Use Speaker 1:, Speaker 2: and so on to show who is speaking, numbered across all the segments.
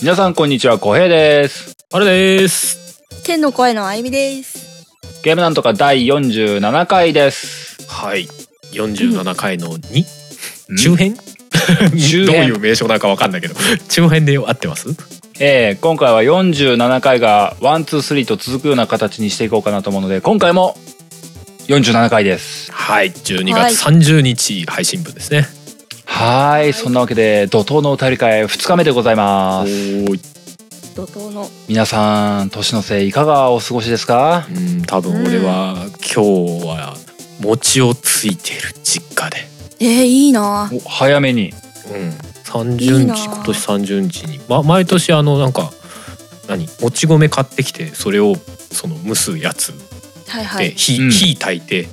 Speaker 1: 皆さんこんにちは、小平です。
Speaker 2: あれです。
Speaker 3: 天の声のあゆみです。
Speaker 1: ゲームなんとか第47回です。
Speaker 2: はい。47回の2、
Speaker 1: ん
Speaker 2: 中 編
Speaker 1: 中編
Speaker 2: どういう名称なのかわかんないけど。中編で合ってます
Speaker 1: えー、今回は47回が1,2,3と続くような形にしていこうかなと思うので、今回も47回です。
Speaker 2: はい。12月30日配信分ですね。
Speaker 1: はーい、そんなわけで、怒涛のお便り会2日目でござい
Speaker 2: お
Speaker 1: ます。
Speaker 2: ーい。
Speaker 3: 怒涛の。
Speaker 1: 皆さん、年のせいいかがお過ごしですか
Speaker 2: うん、多分俺は今日は餅をついてる実家で。
Speaker 3: えー、いいなぁ。
Speaker 1: お早めに。
Speaker 2: うん。30
Speaker 3: いいな
Speaker 2: 日、今年30日に。ま、毎年あの、なんか、何もち米買ってきて、それを、その、蒸すやつ
Speaker 3: はいは
Speaker 2: で、
Speaker 3: い。
Speaker 2: 火、
Speaker 1: うん
Speaker 2: 火炊いて、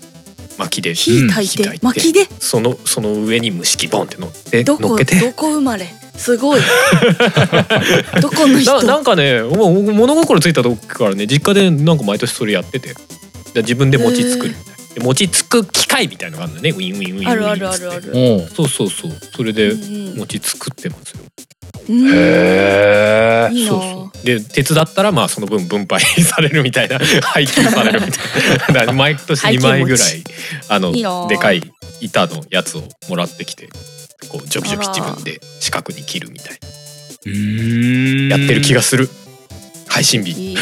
Speaker 2: 薪で。
Speaker 3: 火炊い
Speaker 2: 火
Speaker 3: て、
Speaker 2: 炊いて
Speaker 3: 薪で、
Speaker 2: そのその上に蒸し器ボンって乗って
Speaker 3: ど
Speaker 2: 乗
Speaker 3: こ、
Speaker 2: っけて
Speaker 3: どこ生まれ。すご い。どこの
Speaker 2: な
Speaker 3: 人。
Speaker 2: なんかねもう物心ついた時からね実家でなんか毎年それやっててで自分で餅作るみたいなで餅つく機械みたいなのがあるのねウィンウィンウィンウィン
Speaker 3: あるあるあるあ
Speaker 2: つって
Speaker 3: る。
Speaker 1: おう
Speaker 2: そうそうそうそれで
Speaker 3: うん
Speaker 2: 餅作ってますよ、
Speaker 3: うん
Speaker 1: へー
Speaker 3: いいな
Speaker 2: そう
Speaker 3: ぁ。
Speaker 2: そうで手伝ったらまあその分 分配されるみた いな配給されるみたいなだから毎年2枚ぐらい
Speaker 3: 配
Speaker 2: あの
Speaker 3: いいな
Speaker 2: でかい板のやつをもらってきてこうジョビジョビ自分で四角に切るみたいな。
Speaker 1: うーん
Speaker 2: やってる気がする配信日
Speaker 3: いい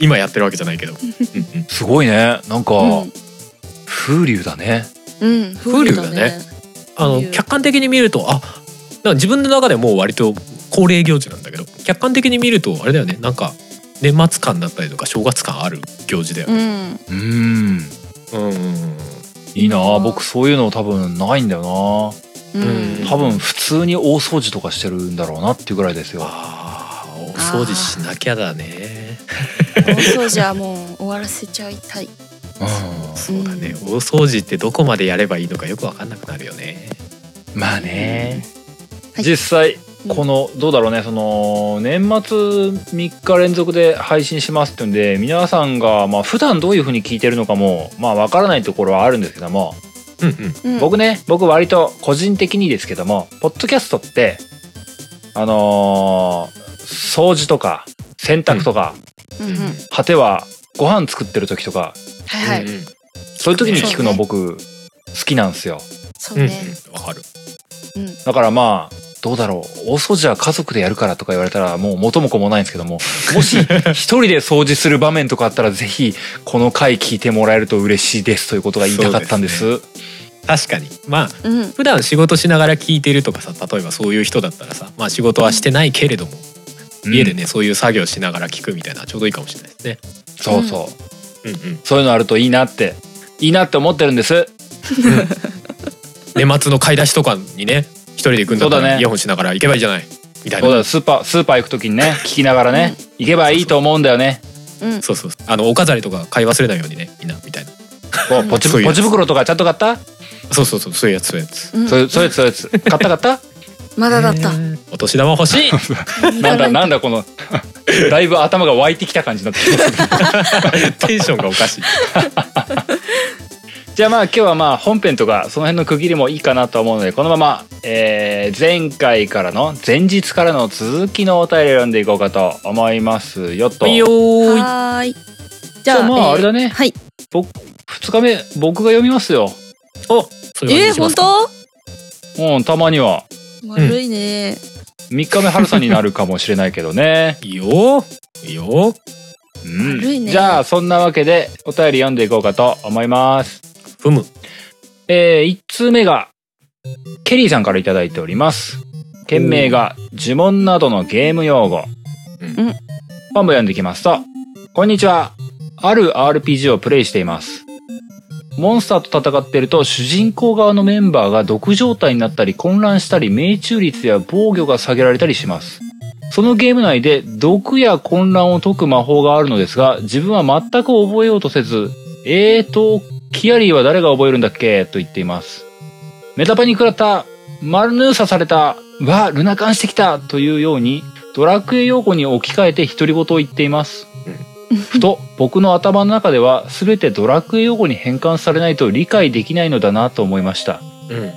Speaker 2: 今やってるわけじゃない けどうんうん
Speaker 1: すごいね。なんか、
Speaker 3: うん
Speaker 1: 風流だね。
Speaker 3: うん、
Speaker 2: 風
Speaker 3: 風
Speaker 2: 流
Speaker 3: 流
Speaker 2: だ
Speaker 3: だ
Speaker 2: ね
Speaker 3: ね。
Speaker 2: あの客観的に見るとあなんか自分の中でもう割と恒例行事なんだけど客観的に見るとあれだよねなんか年末感だったりとか正月感ある行事だよ
Speaker 3: う
Speaker 2: ね、
Speaker 3: ん。
Speaker 1: うーん。
Speaker 2: うんうんうん
Speaker 1: いいな
Speaker 3: う
Speaker 1: ぁ
Speaker 3: ん
Speaker 1: 僕そういうの多分ないんだよ
Speaker 3: う
Speaker 2: うん
Speaker 3: ん
Speaker 1: な。多分普通に大掃除とかしてるんだろうなっていうぐらいですよ
Speaker 2: あーお掃除しなきゃだね
Speaker 3: 大掃除はもう終わらせちゃいたい。
Speaker 1: う
Speaker 2: そうだね大掃除ってどこまでやればいいのかよくわかんなくなるよね
Speaker 1: んまあね、
Speaker 3: はい
Speaker 1: 実際
Speaker 3: うん
Speaker 1: このどうだろうねその年末3日連続で配信しますっていうんで皆さんがまあ普段どういう風に聞いてるのかもまあわからないところはあるんですけども
Speaker 2: うんうん
Speaker 3: うん
Speaker 1: 僕ね僕割と個人的にですけどもポッドキャストってあのー掃除とか洗濯とか、
Speaker 3: うんうん。はい
Speaker 1: 果てはご飯作ってる時とか
Speaker 3: は
Speaker 2: うんう
Speaker 3: い。
Speaker 2: ん
Speaker 1: そういう時に聞くの
Speaker 3: そうね
Speaker 1: 僕好きなんですよ
Speaker 3: そう
Speaker 2: うんうん
Speaker 3: ね。
Speaker 2: わかる
Speaker 3: うん。
Speaker 1: だからまあどうだろう大掃除は家族でやるからとか言われたらもう元も子もないんですけどももし一人で掃除する場面とかあったらぜひこの回聞いてもらえると嬉しいですということが言いたかったんです
Speaker 2: そ確かにまあ
Speaker 3: うん。
Speaker 2: 普段仕事しながら聞いてるとかさ例えばそういう人だったらさ、まあ、仕事はしてないけれども、
Speaker 1: うん
Speaker 2: 家でねそういう作業しながら聞くみたいなちょうどいいかもしれないですね。
Speaker 1: そうそう、
Speaker 2: うんうん、
Speaker 1: そういうのあるといいなっていいなって思ってるんです
Speaker 2: 年末の買い出しとかにね一人で行くんだった
Speaker 1: そうだ
Speaker 2: ら
Speaker 1: ね
Speaker 2: イヤホンしながら行けばいいじゃないみたい
Speaker 1: そう
Speaker 2: な
Speaker 1: だスーパースーパー行く時にね聞きながらね行けばいいと思うんだよね
Speaker 3: うん。
Speaker 2: そうそうあのお飾りとか買い忘れないようにねみんなみたいな
Speaker 1: こうポチ
Speaker 2: そういうや
Speaker 1: ポ
Speaker 2: つ
Speaker 1: チ袋とかちゃんと買った
Speaker 2: そうそうそうそういうやつそういうやつ。
Speaker 3: うん
Speaker 1: そういうそういうやつそういうやつ買った買った
Speaker 3: まだだった。
Speaker 2: お年玉欲しい
Speaker 1: なんだなんだこの だいぶ頭が湧いてきた感じになってきますね
Speaker 2: テンションがおかしい。
Speaker 1: じゃあまあ今日はまあ本編とかその辺の区切りもいいかなと思うのでこのまま、えー前回からの前日からの続きのお便りを読んでいこうかと思いますよと
Speaker 2: い いよーい
Speaker 3: はーい。
Speaker 1: じゃあまああれだね
Speaker 3: えーはい。
Speaker 1: 2日目僕が読みますよ
Speaker 2: おそうい
Speaker 3: え
Speaker 2: う感じに
Speaker 3: ー、
Speaker 2: しま
Speaker 3: 本
Speaker 2: すか
Speaker 3: 当
Speaker 1: うんたまには
Speaker 3: 悪いね。
Speaker 1: 3日目春さんになるかもしれないけどね
Speaker 2: いいよーいいよー
Speaker 1: うん
Speaker 3: 悪いね
Speaker 1: じゃあそんなわけでお便り読んでいこうかと思います
Speaker 2: ふむ
Speaker 1: えー、1通目が、ケリーさんからいただいております。件名が、呪文などのゲーム用語。
Speaker 2: うん
Speaker 1: 本部読んできますと、こんにちは。ある RPG をプレイしています。モンスターと戦っていると、主人公側のメンバーが毒状態になったり、混乱したり、命中率や防御が下げられたりします。そのゲーム内で毒や混乱を解く魔法があるのですが、自分は全く覚えようとせず、えーと、キアリーは誰が覚えるんだっけと言っています。メタパに食らった、マルヌーサされた、わ、ルナカンしてきたというように、ドラクエ用語に置き換えて独り言を言っています。ふと、僕の頭の中では、すべてドラクエ用語に変換されないと理解できないのだなと思いました。
Speaker 2: うん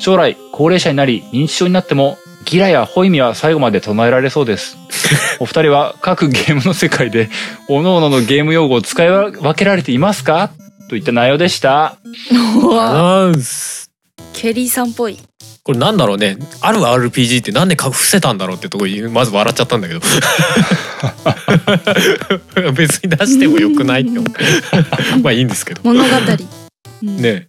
Speaker 1: 将来、高齢者になり、認知症になっても、ギラやホイミは最後まで唱えられそうです。お二人は各ゲームの世界で、各々のゲーム用語を使い分けられていますかといった内容でした。
Speaker 3: うわ
Speaker 2: ナイス
Speaker 3: ケリーさんっぽい
Speaker 2: これなんだろうねある RPG ってなんでか伏せたんだろうってとこまず笑っちゃったんだけど 別に出してもよくないって思うまあいいんですけど
Speaker 3: 物語、うん
Speaker 2: ね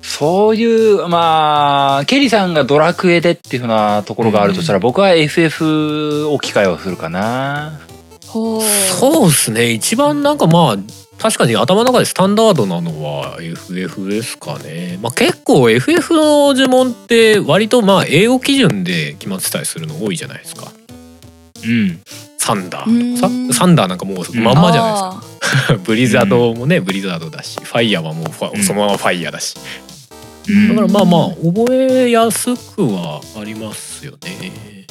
Speaker 1: そういう、まあ、ケリさんがドラクエでっていうふうなところがあるとしたら、僕は FF を機会をするかな。
Speaker 3: ほう
Speaker 2: そうですね一番なんかまあ確かに頭の中でスタンダードなのは FF ですかね、まあ、結構 FF の呪文って割とまあ英語基準で決まってたりするの多いじゃないですか
Speaker 1: うん。
Speaker 2: サンダーとか
Speaker 3: うーん
Speaker 2: さサンダーなんかもうまんまじゃないですか
Speaker 3: あー
Speaker 2: ブリザードもね、ブリザードだしファイヤーはもうファ
Speaker 1: うん
Speaker 2: そのままファイヤーだし、
Speaker 1: うん
Speaker 2: だからまあまあ覚えやすくはありますよね。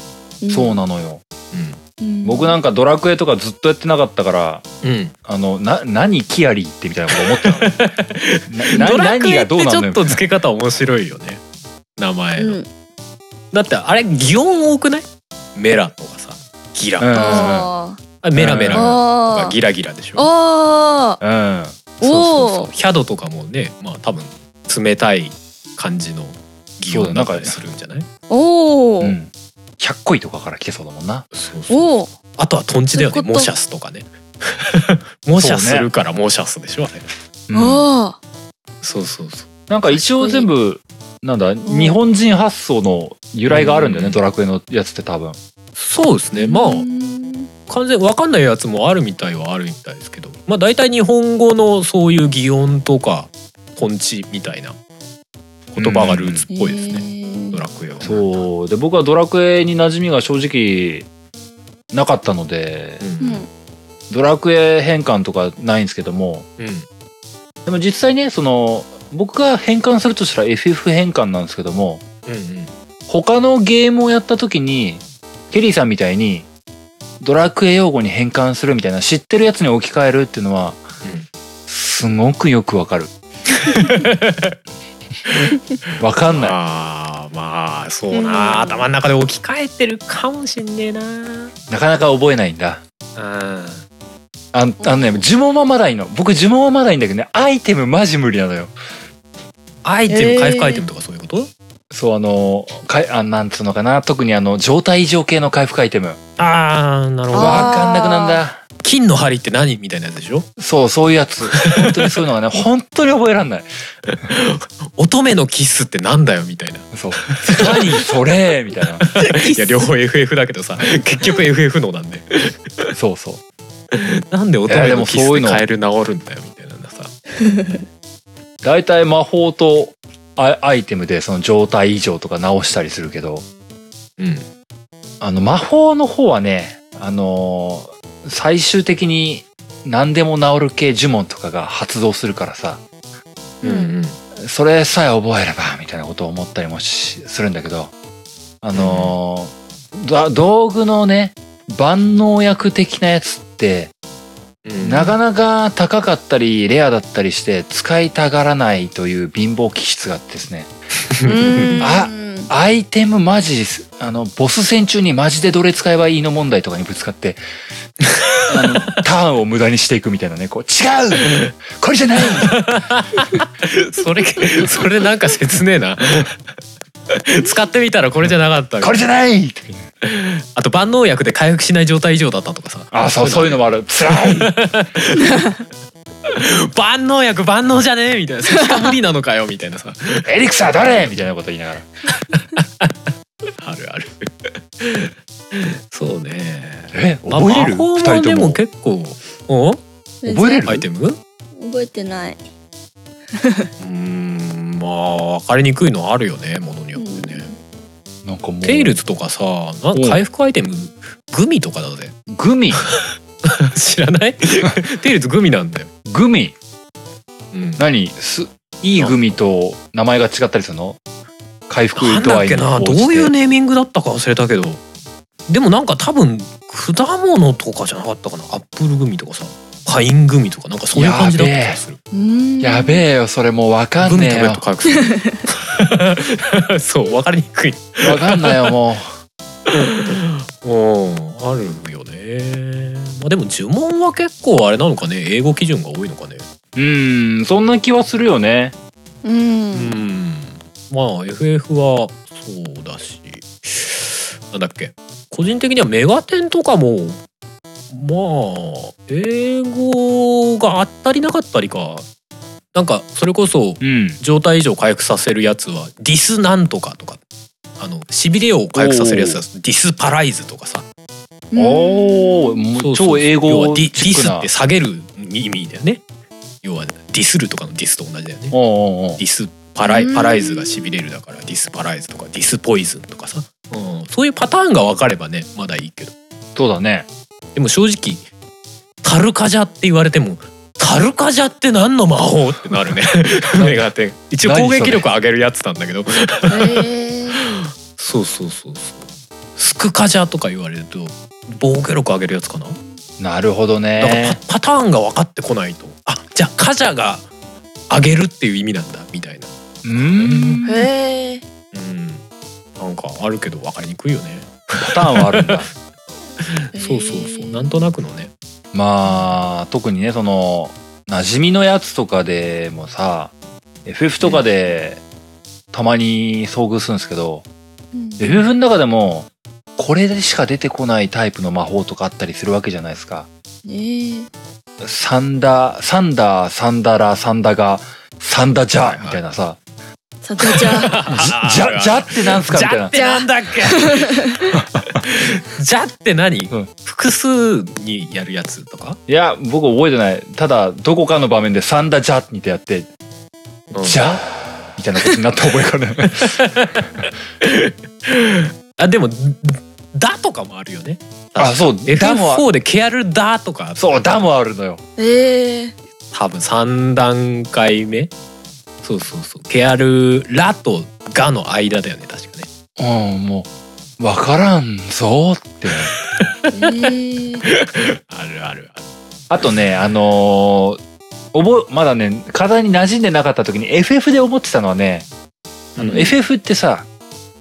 Speaker 1: そうなのよ。
Speaker 3: うん
Speaker 1: 僕なんかドラクエとかずっとやってなかったから、
Speaker 2: うん、
Speaker 1: あの、な、何キアリーってみたいなこと思ってたの な。
Speaker 2: ド
Speaker 1: な
Speaker 2: ラク
Speaker 1: 何
Speaker 2: エ
Speaker 1: が
Speaker 2: って
Speaker 1: どう
Speaker 2: ち
Speaker 1: なの
Speaker 2: ょっ
Speaker 1: よ。
Speaker 2: と付け方面白いよね名前の、
Speaker 3: うん
Speaker 2: だってあれ擬音多くないメラとかさギラ、
Speaker 1: うん
Speaker 3: あー
Speaker 2: あメラメラとか
Speaker 3: あー
Speaker 2: ギラギラでしょ
Speaker 3: あー
Speaker 1: うん。
Speaker 2: そうそう
Speaker 3: お
Speaker 2: そうヒャドとかもねまあ多分冷たい感じの擬音だったりするんじゃない
Speaker 3: おお
Speaker 1: うん。100個いとかから来てそうだもんな。
Speaker 2: そうそう
Speaker 3: おお
Speaker 2: あとはトンチだよね
Speaker 3: そういうこと
Speaker 2: 模写すとかね 模写するから模写すでしょあれ
Speaker 1: うん
Speaker 3: あ
Speaker 2: そうそうそう
Speaker 1: なんか一応全部、なんだ、日本人発想の由来があるんだよね、
Speaker 2: うん
Speaker 1: ドラクエのやつって多分。
Speaker 2: そうですね
Speaker 3: ー
Speaker 2: まあ
Speaker 3: うん
Speaker 2: 完全に分かんないやつもあるみたいはあるみたいですけどまあ大体日本語のそういう擬音とかトンチみたいな言葉がルーツっぽいですね、
Speaker 3: へ
Speaker 2: ド
Speaker 3: ー
Speaker 2: ラクエは
Speaker 1: そう。で、僕はドラクエに馴染みが正直、なかったので、
Speaker 2: う
Speaker 3: うんん
Speaker 1: ドラクエ変換とかないんですけども、
Speaker 2: うん
Speaker 1: でも実際ね、その、僕が変換するとしたら FF 変換なんですけども、
Speaker 2: うんうん
Speaker 1: 他のゲームをやった時に、ケリーさんみたいに、ドラクエ用語に変換するみたいな、知ってるやつに置き換えるっていうのは、すごくよくわかる。わかんない。
Speaker 2: あーまあそうな、
Speaker 3: うん
Speaker 2: 頭の中で置き換えてるかもしんねえな
Speaker 1: なかなか覚えないんだ。
Speaker 2: あ
Speaker 1: あんあのね、呪文はまだいいの。僕呪文はまだいいんだけどね、アイテムマジ無理なのよ。
Speaker 2: アイテム、
Speaker 3: えー
Speaker 2: 回復アイテムとかそういうこと
Speaker 1: そう、あの、かいあなんつうのかな。特にあの、状態異常系の回復アイテム。わ
Speaker 2: ああなるほど
Speaker 3: あー
Speaker 1: かんなくなんだ。
Speaker 2: 金の針って何みたいなやつでしょ
Speaker 1: そう、そういうやつ。本当にそういうのがね、 本当に覚えらんない。
Speaker 2: 乙女のキスってなんだよみたいな
Speaker 1: そう。何それみたいな。
Speaker 2: いや両方 FF だけどさ結局 FF のなんで
Speaker 1: そうそう。
Speaker 2: なんで乙女のキス
Speaker 1: いやでもそうい
Speaker 2: で
Speaker 1: うの
Speaker 2: カエル治るんだよみたいなさ
Speaker 1: 大体魔法とアアイテムでその状態異常とか直したりするけど、
Speaker 2: うん
Speaker 1: あの、魔法の方はね、あのー最終的に何でも治る系呪文とかが発動するからさ、
Speaker 2: うんうん
Speaker 1: それさえ覚えれば、みたいなことを思ったりもしするんだけど、あのーだ道具のね、万能薬的なやつって、
Speaker 2: うん
Speaker 1: なかなか高かったり、レアだったりして、使いたがらないという貧乏気質があってですね、あアイテムマジです。あの、ボス戦中にマジでどれ使えばいいの問題とかにぶつか って、あの、ターンを無駄にしていくみたいなね、こう、違うこれじゃない
Speaker 2: それそれなんか切ね えな使ってみたらこれじゃなかったみたいな
Speaker 1: これじゃない
Speaker 2: あと万能薬で回復しない状態以上だったとかさ
Speaker 1: あ、そう、そういうのもある。辛い
Speaker 2: 万能薬万能じゃねえみたいなそれしか無理なのかよみたい なさ
Speaker 1: エリクサー誰みたいなこと言いながら。
Speaker 2: あるあるそうね
Speaker 1: え、
Speaker 2: まあ
Speaker 1: 覚えれる二
Speaker 2: 魔法も
Speaker 1: 人
Speaker 2: で
Speaker 1: と
Speaker 2: も
Speaker 1: も。
Speaker 2: 結構お
Speaker 1: 覚えれる
Speaker 2: アイテムう
Speaker 3: 覚えてない
Speaker 2: ーんまあ分かりにくいのあるよねものによってね、
Speaker 1: なんかもう。
Speaker 2: テイルズとかさな
Speaker 1: うん
Speaker 2: 回復アイテムグミとかだ ぜ
Speaker 1: グ ミ
Speaker 2: 知らない テイルズグミなんだよ、
Speaker 1: グミ
Speaker 2: うん
Speaker 1: 何す、いいグミと名前が違ったりするの回復
Speaker 2: なん
Speaker 1: 度
Speaker 2: だ
Speaker 1: 合
Speaker 2: っ
Speaker 1: い
Speaker 2: け
Speaker 1: に
Speaker 2: な
Speaker 1: 応
Speaker 2: どう
Speaker 1: じて
Speaker 2: いうネーミングだったか忘れたけどでもなんか多分果物とかじゃなかったかなアップルグミとかさパイングミとかなんかそういう感じだった気がする
Speaker 3: うん
Speaker 1: やべえよ、それもうわか
Speaker 2: グ
Speaker 1: ん
Speaker 2: ミ
Speaker 1: ね
Speaker 2: 食
Speaker 1: え
Speaker 2: べる
Speaker 1: よ
Speaker 2: と。回復する そう分かりにくい
Speaker 1: わかんないよ、もう。
Speaker 2: うんあるよねまあでも呪文は結構あれなのかね英語基準が多いのかね
Speaker 1: うん、そんな気はするよね。
Speaker 3: う。
Speaker 2: うんんまあ FF はそうだしなんだっけ個人的にはメガテンとかもまあ英語があったりなかったりかなんかそれこそ
Speaker 1: うん。
Speaker 2: 状態異常を回復させるやつはディスなんとかとかあのしびれを回復させるやつだとディスパライズとかさ
Speaker 1: おー、も
Speaker 2: そう
Speaker 1: う
Speaker 2: そう
Speaker 1: 超英
Speaker 2: 要は
Speaker 1: 語
Speaker 2: ディディ
Speaker 1: チック
Speaker 2: ス
Speaker 1: な
Speaker 2: って下げる意味だよね要はディスるとかのディスと同じだよねデ
Speaker 1: おうおうおう
Speaker 2: ィスパラ
Speaker 3: う
Speaker 2: イ
Speaker 3: ん
Speaker 2: パライズがしびれるだからディスパライズとかディスポイズンとかさ、うん、そういうパターンが分かればねまだいいけど
Speaker 1: そうだね。
Speaker 2: でも正直タルカジャって言われてもタルカジャって何の魔法ってな るねメガテン一応攻撃力上げるやつなんだけど
Speaker 3: へえ。
Speaker 2: そうそうそうそう。スクカジャとか言われると防御力上げるやつかな。
Speaker 1: なるほど
Speaker 2: だから
Speaker 1: ね。
Speaker 2: パパターンが分かってこないと。あじゃあカジャが上げるっていう意味なんだみたいな。
Speaker 1: うーん。
Speaker 3: へえ。
Speaker 2: うん。なんかあるけど分かりにくいよね。
Speaker 1: パターンはあるんだ。
Speaker 2: そうそうそう。なんとなくのね。
Speaker 1: まあ、特にね、その、馴染みのやつとかでもさ、FF とかで、たまに遭遇するんですけど、
Speaker 3: うん。
Speaker 1: FF の中でも、これでしか出てこないタイプの魔法とかあったりするわけじゃないですか。
Speaker 3: ええ。
Speaker 1: サンダー、サンダー、サンダラ、サンダが、サンダジャーみたいなさ、
Speaker 3: さてじゃ あ。
Speaker 1: じゃ、じゃってなんすかみ
Speaker 2: じ
Speaker 1: たい
Speaker 2: ゃっ
Speaker 1: な。
Speaker 2: てなんだっけ。 じゃって何？
Speaker 1: うん
Speaker 2: 複数にやるやつとか？
Speaker 1: いや、僕覚えてない。ただ、どこかの場面でサンダジャーってやって、じゃみたいなことになった覚えがある。
Speaker 2: あでもだとかもあるよね。
Speaker 1: あ、そう、ダもあ、
Speaker 2: F4 でケアルだとか
Speaker 1: そう、ダもあるのよ。
Speaker 3: ええ。
Speaker 2: 多分3段階目そうそうそうケアルラとガの間だよね確かね
Speaker 1: うん、もう、わからんぞって。
Speaker 3: ええ。
Speaker 2: あるあるある
Speaker 1: あと ね、あのー覚え、まだね、体に馴染んでなかった時に FF で思ってたのはね、あの、FF ってさ、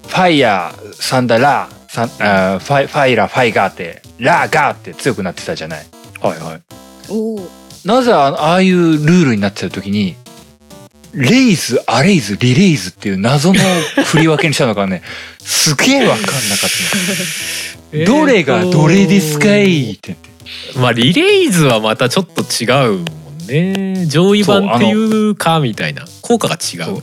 Speaker 1: ファイヤー、サンダラー、サンあーファイファイラ、ファイガーって、ラーガーって強くなってたじゃない。
Speaker 2: はいはい
Speaker 3: おお。
Speaker 1: なぜあああいうルールになってた時に、レイズ、アレイズ、リレイズっていう謎の振り分けにしたのがね、すげえわかんなか ったの。どれがどれですかいって言って。
Speaker 2: まあリレイズはまたちょっと違うもんね上位版っていうかみたいな効果が違う
Speaker 1: そう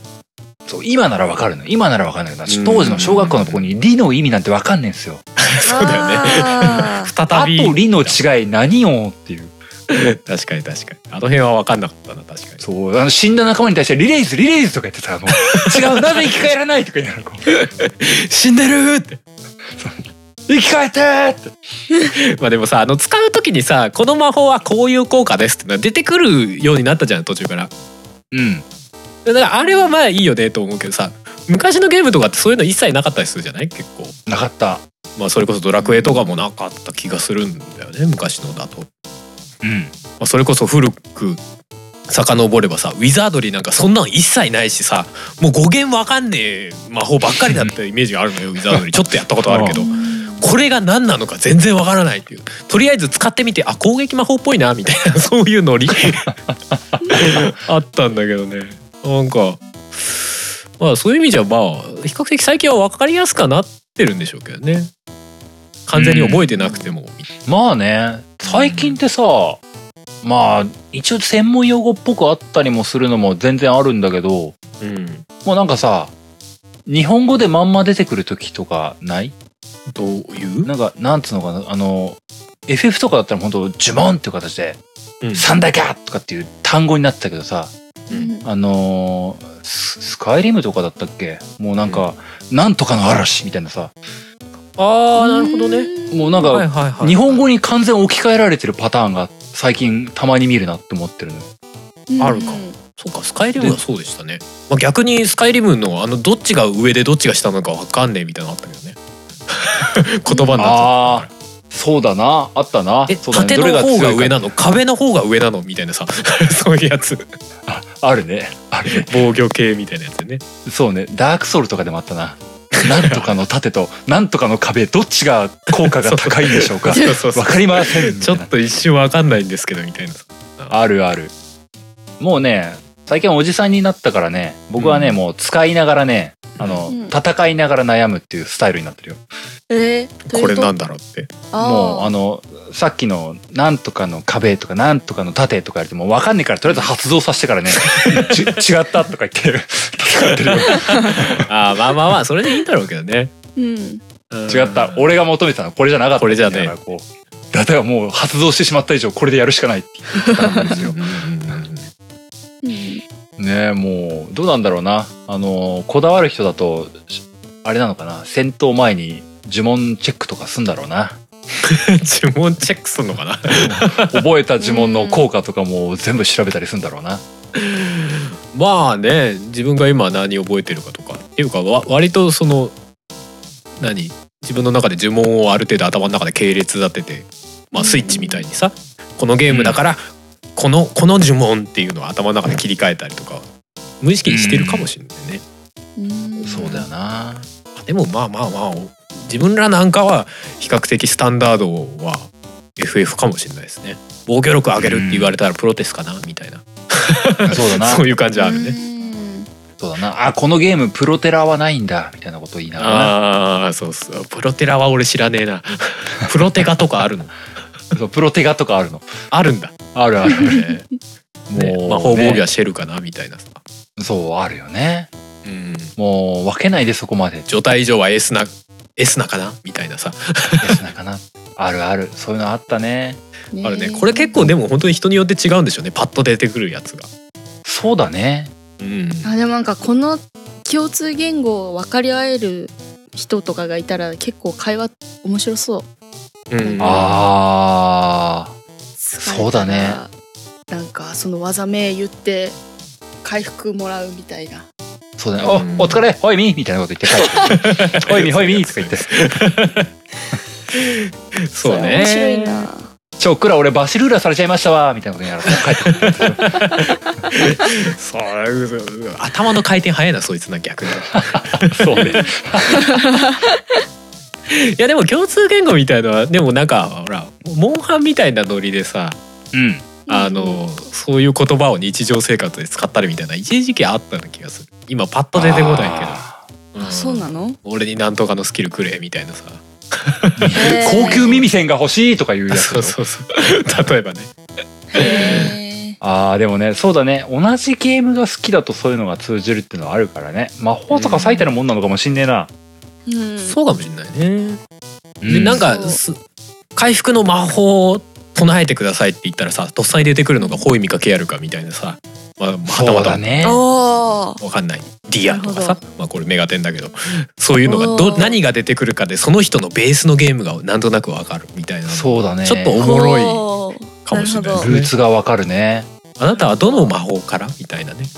Speaker 1: そう、今ならわかるの。今ならわかんないけど、
Speaker 2: うん
Speaker 1: 当時の小学校のとこにリの意味なんてわかんねえんですよ。
Speaker 2: そうだよね
Speaker 3: ね。
Speaker 1: あ
Speaker 2: 再び
Speaker 1: とリの違い何よっていう。
Speaker 2: 確かに確かにあの辺は分かんなかったな確かに
Speaker 1: そう、あの死んだ仲間に対してリレイズ、リレイズとか言ってたあの、違う、なぜ生き返らないとか言いながらこう、
Speaker 2: 死んでるって
Speaker 1: 生き返ってーって。
Speaker 2: まあでもさあの使う時にさこの魔法はこういう効果ですってのが出てくるようになったじゃん途中から
Speaker 1: うん。
Speaker 2: だからあれはまあいいよねと思うけどさ昔のゲームとかってそういうの一切なかったりするじゃない結構
Speaker 1: なかった。
Speaker 2: まあそれこそドラクエとかもなかった気がするんだよね昔のだと、ま
Speaker 1: うん。
Speaker 2: あ、それこそ古く遡ればさウィザードリーなんかそんなの一切ないしさもう語源わかんねえ魔法ばっかりだったイメージがあるのよウィザード リーちょっとやったことあるけどこれが何なのか全然わからないっていうとりあえず使ってみてあ攻撃魔法っぽいなみたいな そういうノリあったんだけどねなんかまあそういう意味じゃまあ比較的最近は分かりやすくはなってるんでしょうけどね完全に覚えてなくても、
Speaker 1: まあね、最近ってさ、まあ、一応専門用語っぽくあったりもするのも全然あるんだけど、
Speaker 2: うん
Speaker 1: もうなんかさ、日本語でまんま出てくる時とかない
Speaker 2: どういう、
Speaker 1: なんか、なんつうのかな、あの、FF とかだったら本当呪文っていう形で、
Speaker 2: うん
Speaker 1: サンダーガーとかっていう単語になってたけどさ、
Speaker 3: うん
Speaker 1: あのース、スカイリムとかだったっけもうなんか、なんとかの嵐みたいなさ、
Speaker 2: ああなるほどね。
Speaker 1: もうなん
Speaker 2: はい
Speaker 1: か、
Speaker 2: はいはい
Speaker 1: 日本語に完全置き換えられてるパターンが最近たまに見るなって思ってるのよ。
Speaker 3: うん
Speaker 2: あるかそうかスカイリムはそうでしたね、まあ、逆にスカイリムのあのどっちが上でどっちが下なのか分かんねえみたいなのあったけどね 言葉になっちゃった
Speaker 1: ああそうだなあったな
Speaker 2: え、
Speaker 1: そうだね
Speaker 2: 縦
Speaker 1: どれ
Speaker 2: の
Speaker 1: 強
Speaker 2: 方が
Speaker 1: いか
Speaker 2: 上なの壁の方が上なのみたいなさ そういうやつ
Speaker 1: ああるねあるね
Speaker 2: 防御系みたいなやつね
Speaker 1: そうねダークソウルとかでもあったななんとかの盾となんとかの壁どっちが効果が高いんでしょうか
Speaker 2: そうそうそ
Speaker 1: わ
Speaker 2: う
Speaker 1: かりませんみ
Speaker 2: ち
Speaker 1: た
Speaker 2: ょ
Speaker 1: い
Speaker 2: っ
Speaker 1: な
Speaker 2: と一瞬わかんないんですけどみたいな
Speaker 1: あるあるもうね最近はおじさんになったからね僕はね、
Speaker 2: うん
Speaker 1: もう使いながらねあの、
Speaker 3: うん
Speaker 1: 戦いながら悩むっていうスタイルになってるよ
Speaker 3: えー、
Speaker 2: これなんんだろうって
Speaker 1: もうあの
Speaker 3: の
Speaker 1: さっきの「なんとかの壁」とか「なんとかの盾」とか言われても分かんねえからとりあえず発動させて からね「ち違った」とか言って戦ってるよ
Speaker 2: あーまあまあまあそれでいいんだろうけどね
Speaker 3: うん
Speaker 1: 違った俺が求めてたのはこれじゃなかった
Speaker 2: これじゃね
Speaker 1: だ
Speaker 2: え
Speaker 1: からこうだからもう発動してしまった以上これでやるしかないって言ったんですよ
Speaker 3: うん
Speaker 1: ねえもうどうなんだろうなあのこだわる人だとしあれなのかな戦闘前に呪文チェックとかすんだろうな
Speaker 2: 呪文チェックすんのかな
Speaker 1: 覚えた呪文の効果とかも全部調べたりすんだろうな
Speaker 2: まあね自分が今何覚えてるかとかっていうかわ割とその何自分の中で呪文をある程度頭の中で系列立ててまあスイッチみたいにさこのゲームだから、このこの呪文っていうのは頭の中で切り替えたりとか無意識にしてるかもしれないね、
Speaker 3: うん
Speaker 1: そうだよな
Speaker 2: でもまあまあまあ自分らなんかは比較的スタンダードは FF かもしれないですね防御力上げるって言われたらプロテスかなみたいな
Speaker 1: そうだな
Speaker 2: そういう感じはあるね
Speaker 3: ね
Speaker 1: そうだなあこのゲームプロテラはないんだみたいなことを言いながら
Speaker 2: ああそうそうプロテラは俺知らねえ なプロテガとかあるの
Speaker 1: なそうプロテガとかあるの
Speaker 2: あるんだ、
Speaker 1: あるある
Speaker 2: ね
Speaker 1: もう、
Speaker 2: ね魔法防御はシェルかなみたいなさ、
Speaker 1: そうあるよね
Speaker 2: うん
Speaker 1: もう分けないでそこまで
Speaker 2: 除隊以上はエスナエスナかなみたいなさ
Speaker 1: ですなかなあるあるそういうのあったね
Speaker 2: あるねこれ結構でも本当に人によって違うんでしょうねパッと出てくるやつが
Speaker 1: そうだね
Speaker 2: うん
Speaker 3: あでもなんかこの共通言語を分かり合える人とかがいたら結構会話面白そう
Speaker 2: うん
Speaker 1: あ
Speaker 3: そう
Speaker 1: だね
Speaker 3: なんかその技名言って回復もらうみたいな
Speaker 1: ーそうだね
Speaker 2: うん
Speaker 1: おお疲れほいみみたいなこと言って帰って ほいみほいみとか言って
Speaker 2: そうね
Speaker 3: 面白いな
Speaker 1: ちょっくら俺バシルーラされちゃいましたわみたいなこと言いながら帰ってくる
Speaker 2: そう頭の回転早いなそいつな逆に
Speaker 1: そうね
Speaker 2: いやでも共通言語みたいのはでもなんかほらモンハンみたいなノリでさ
Speaker 1: うん
Speaker 2: あの、そういう言葉を日常生活で使ったりみたいな一時期あったような気がする今パッと出てこないけど
Speaker 1: あ
Speaker 3: あそうな
Speaker 2: の
Speaker 3: の
Speaker 2: 俺になんとかのスキルくれみたいなさ
Speaker 1: ー
Speaker 3: へー
Speaker 1: 高級耳栓が欲しいとか言うやつ
Speaker 2: そうそうそう 例えばね
Speaker 3: へー
Speaker 1: ああでもねそうだね同じゲームが好きだとそういうのが通じるっていうのはあるからね魔法とか最たるもんなのかもしんねえな、
Speaker 3: うん
Speaker 2: そうかもしれないね
Speaker 1: うん
Speaker 2: でなん
Speaker 3: う
Speaker 2: か
Speaker 3: ん
Speaker 2: す回復の魔法を唱えてくださいって言ったらさとっさに出てくるのがホイミかケアルかみたいなさまあはた
Speaker 1: そう
Speaker 2: また
Speaker 1: だね
Speaker 3: あー
Speaker 2: わかんないディアとか
Speaker 3: な
Speaker 2: さ
Speaker 3: る、
Speaker 2: まあ、これメガテンだけどそういうのが
Speaker 3: お
Speaker 2: ど
Speaker 3: ー
Speaker 2: 何が出てくるかでその人のベースのゲームがなんとなくわかるみたいな
Speaker 1: そうだね
Speaker 2: ちょっとおもろ
Speaker 3: おー
Speaker 2: いかもしれない
Speaker 3: なるほ
Speaker 2: です
Speaker 1: ル
Speaker 3: ど
Speaker 2: ね
Speaker 1: ーツがわかるね
Speaker 2: あなたはどの魔法からみたいなね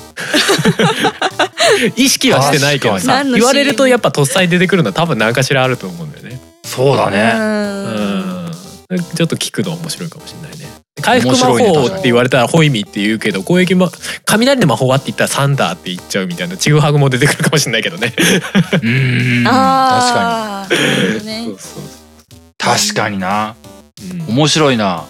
Speaker 2: 意識はしてないけど
Speaker 1: 確
Speaker 3: か
Speaker 2: さ
Speaker 3: に
Speaker 2: 言われるとやっぱとっさに出てくるのは多分何かしらあると思うんだよね
Speaker 1: そうだね
Speaker 2: う
Speaker 3: うん
Speaker 2: んちょっと聞くの面白いかもしれないね回復魔
Speaker 1: 面白いね
Speaker 2: 法っ
Speaker 1: 確か
Speaker 2: て
Speaker 1: に
Speaker 2: 言われたらホイミって言うけど攻撃も雷の魔法はって言ったらサンダーって言っちゃうみたいなちぐはぐも出てくるかもしれないけどね
Speaker 1: うん確かに
Speaker 3: あーなるほどね
Speaker 2: そうそう
Speaker 1: 確かにな
Speaker 2: そううん
Speaker 1: 面白いな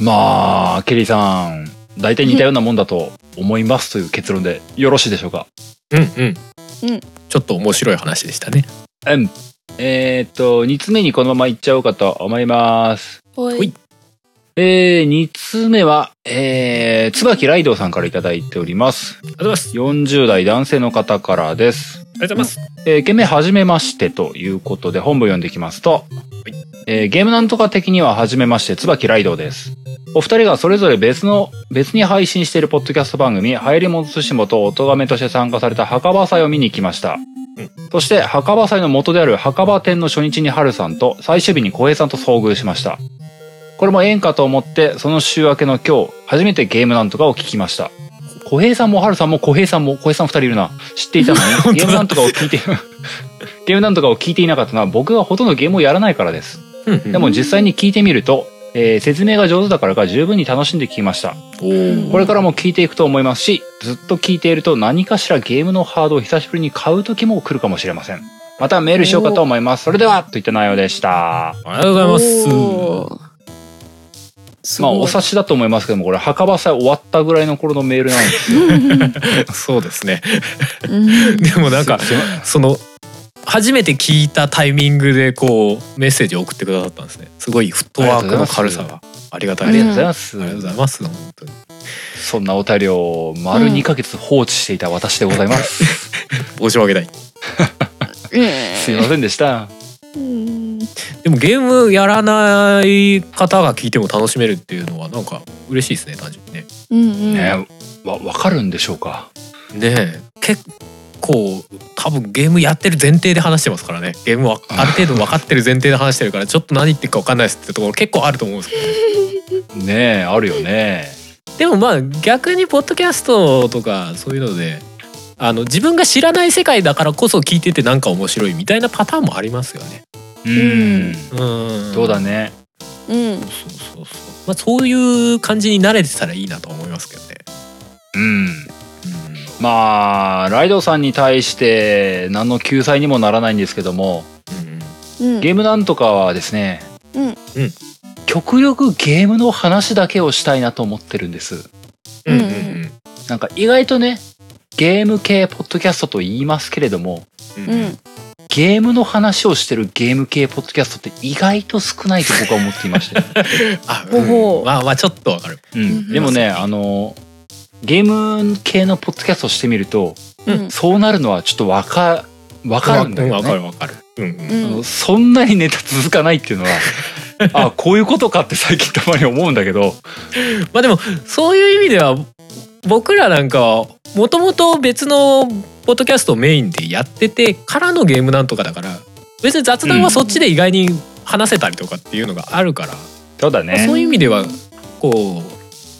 Speaker 1: まあケリーさん大体似たようなもんだと思いますという結論でよろしいでしょうか
Speaker 2: うんうん。
Speaker 3: うん
Speaker 2: ちょっと面白い話でしたね。
Speaker 1: うんえー、っと2つ目にこのままいっちゃおうかと思います
Speaker 3: ほい
Speaker 2: ほい
Speaker 1: えー、2つ目は、えー、椿ライドウさんからいただいております
Speaker 2: ありがとうございます。
Speaker 1: 40代男性の方からです
Speaker 2: ありがとうございます。
Speaker 1: えー、件名はじめましてということで本部読んでいきますと、えーゲームなんとか的にははじめまして、椿ライドウです。お二人がそれぞれ別の、別に配信しているポッドキャスト番組、流行りもつしもと音めとして参加された墓場祭を見に行きました。そして、墓場祭の元である墓場店の初日に春さんと、最終日に小平さんと遭遇しました。これも縁かと思って、その週明けの今日、初めてゲームなんとかを聞きました。小平さんも春さんも小平さんも小平さん二人いるな。知っていたのに、ゲームなんとかを聞いて、 ゲームなんとかを聞いていなかったのは僕がほとんどゲームをやらないからです。で
Speaker 2: で
Speaker 1: も実際に聞いてみると、えー説明が上手だからか十分に楽しんで聞きました。これからも聞いていくと思いますし、ずっと聞いていると何かしらゲームのハードを久しぶりに買う時も来るかもしれません。またメールしようかと思います。それでは、といった内容でした。
Speaker 2: ありがとうございます。
Speaker 3: おーす
Speaker 1: まあ、
Speaker 3: ごい
Speaker 1: お察しだと思いますけども、これ、墓場祭終わったぐらいの頃のメールなんです。
Speaker 2: そうですね。
Speaker 3: うん
Speaker 2: でもなんか
Speaker 1: すいませ
Speaker 2: その初めて聞いたタイミングでこうメッセージを送ってくださったんですね。すごいフットワークの軽さがありがたい
Speaker 1: あ
Speaker 2: で
Speaker 1: り
Speaker 2: す。
Speaker 1: がとうございます。
Speaker 2: ありがとうございます。本当に
Speaker 1: そんなお便りを丸
Speaker 3: うん
Speaker 1: 2ヶ月放置していた私でございます。
Speaker 2: 申し訳ない。
Speaker 3: え
Speaker 1: すいませんでした。
Speaker 3: ーうん
Speaker 2: でもゲームやらない方が聞いても楽しめるっていうのはなんか嬉しいですね。単純にね。
Speaker 3: うんうん
Speaker 1: ねわ、わかるんでしょうか
Speaker 2: ねえ結構多分ゲームやってる前提で話してますからねゲームはある程度分かってる前提で話してるからちょっと何言ってるか分かんないですってところ結構あると思うんですけどね、
Speaker 1: ねえ、あるよね。
Speaker 2: でもまあ逆にポッドキャストとかそういうのであの自分が知らない世界だからこそ聞いててなんか面白いみたいなパターンもありますよね。
Speaker 1: うん。
Speaker 2: うん
Speaker 1: そうだね。
Speaker 3: うん
Speaker 2: そうそうそう、まあ、そういう感じに慣れてたらいいなと思いますけどね。
Speaker 1: うん。まあ、ライドさんに対して何の救済にもならないんですけども、
Speaker 2: うんうん
Speaker 3: うん
Speaker 1: ゲームなんとかはですね、
Speaker 3: うん
Speaker 2: うん
Speaker 1: 極力ゲームの話だけをしたいなと思ってるんです。
Speaker 2: うんうん
Speaker 1: なんか意外とね、ゲーム系ポッドキャストと言いますけれども、
Speaker 2: うん
Speaker 3: う
Speaker 2: うん
Speaker 3: ん
Speaker 1: ゲームの話をしてるゲーム系ポッドキャストって意外と少ないと僕は思っていまして。
Speaker 2: あ
Speaker 3: ほほう
Speaker 2: うんまあまあちょっとわかる。
Speaker 1: うん。でもね、あの、ゲーム系のポッドキャストをしてみると、
Speaker 3: うん
Speaker 1: そうなるのはちょっとわか、わかるんだ
Speaker 2: わ
Speaker 1: よ
Speaker 2: か
Speaker 1: ね。
Speaker 2: るわかる。うんうん
Speaker 1: あ
Speaker 3: うん
Speaker 1: のそんなにネタ続かないっていうのは、あ、こういうことかって最近たまに思うんだけど、
Speaker 2: まあでもそういう意味では僕らなんかはもともと別のポッドキャストをメインでやっててからのゲームなんとかだから別に雑談はそっちで意外に話せたりとかっていうのがあるから、
Speaker 1: そうだ
Speaker 2: まあ
Speaker 1: ね
Speaker 2: そ。ういう意味ではこう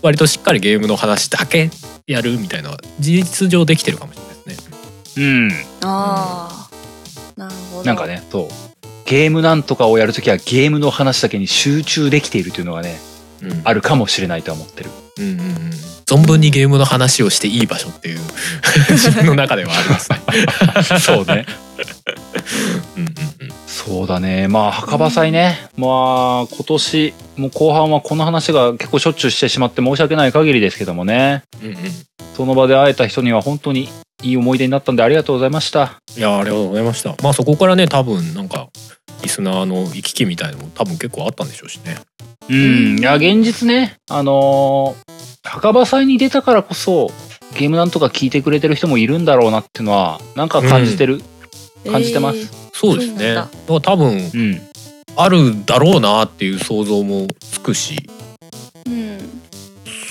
Speaker 2: 割としっかりゲームの話だけやるみたいなのは事実上できてるかもしれないですね。
Speaker 1: うん。
Speaker 3: ああなるほど
Speaker 1: なんかね、そう。ゲームなんとかをやるときはゲームの話だけに集中できているというのがね、
Speaker 2: うん、
Speaker 1: あるかもしれないとは思ってる。
Speaker 2: うんうんうん存分にゲームの話をしていい場所っていう自分の中ではありますね。
Speaker 1: そうね。
Speaker 2: うんうんうん
Speaker 1: そうだね。まあ、墓場祭ね。まあ、今年、もう後半はこの話が結構しょっちゅうしてしまって申し訳ない限りですけどもね。
Speaker 2: うんうん、い
Speaker 1: その場で会えた人には本当にいい思い出になったんでありがとうございました。
Speaker 2: やありがとうございました。まあそこからね多分なんかリスナーの行き来みたいのも多分結構あったんでしょうしね。
Speaker 1: うん。いや、現実ね、あのー墓場祭に出たからこそ、ゲームなんとか聞いてくれてる人もいるんだろうなっていうのは、なんか感じてる。感じてます
Speaker 3: えー
Speaker 2: そうですね。
Speaker 3: そ
Speaker 2: だ
Speaker 3: うなん
Speaker 2: か
Speaker 3: だ
Speaker 2: ら多分
Speaker 1: うん。
Speaker 2: あるだろうなっていう想像もつくし、
Speaker 3: うん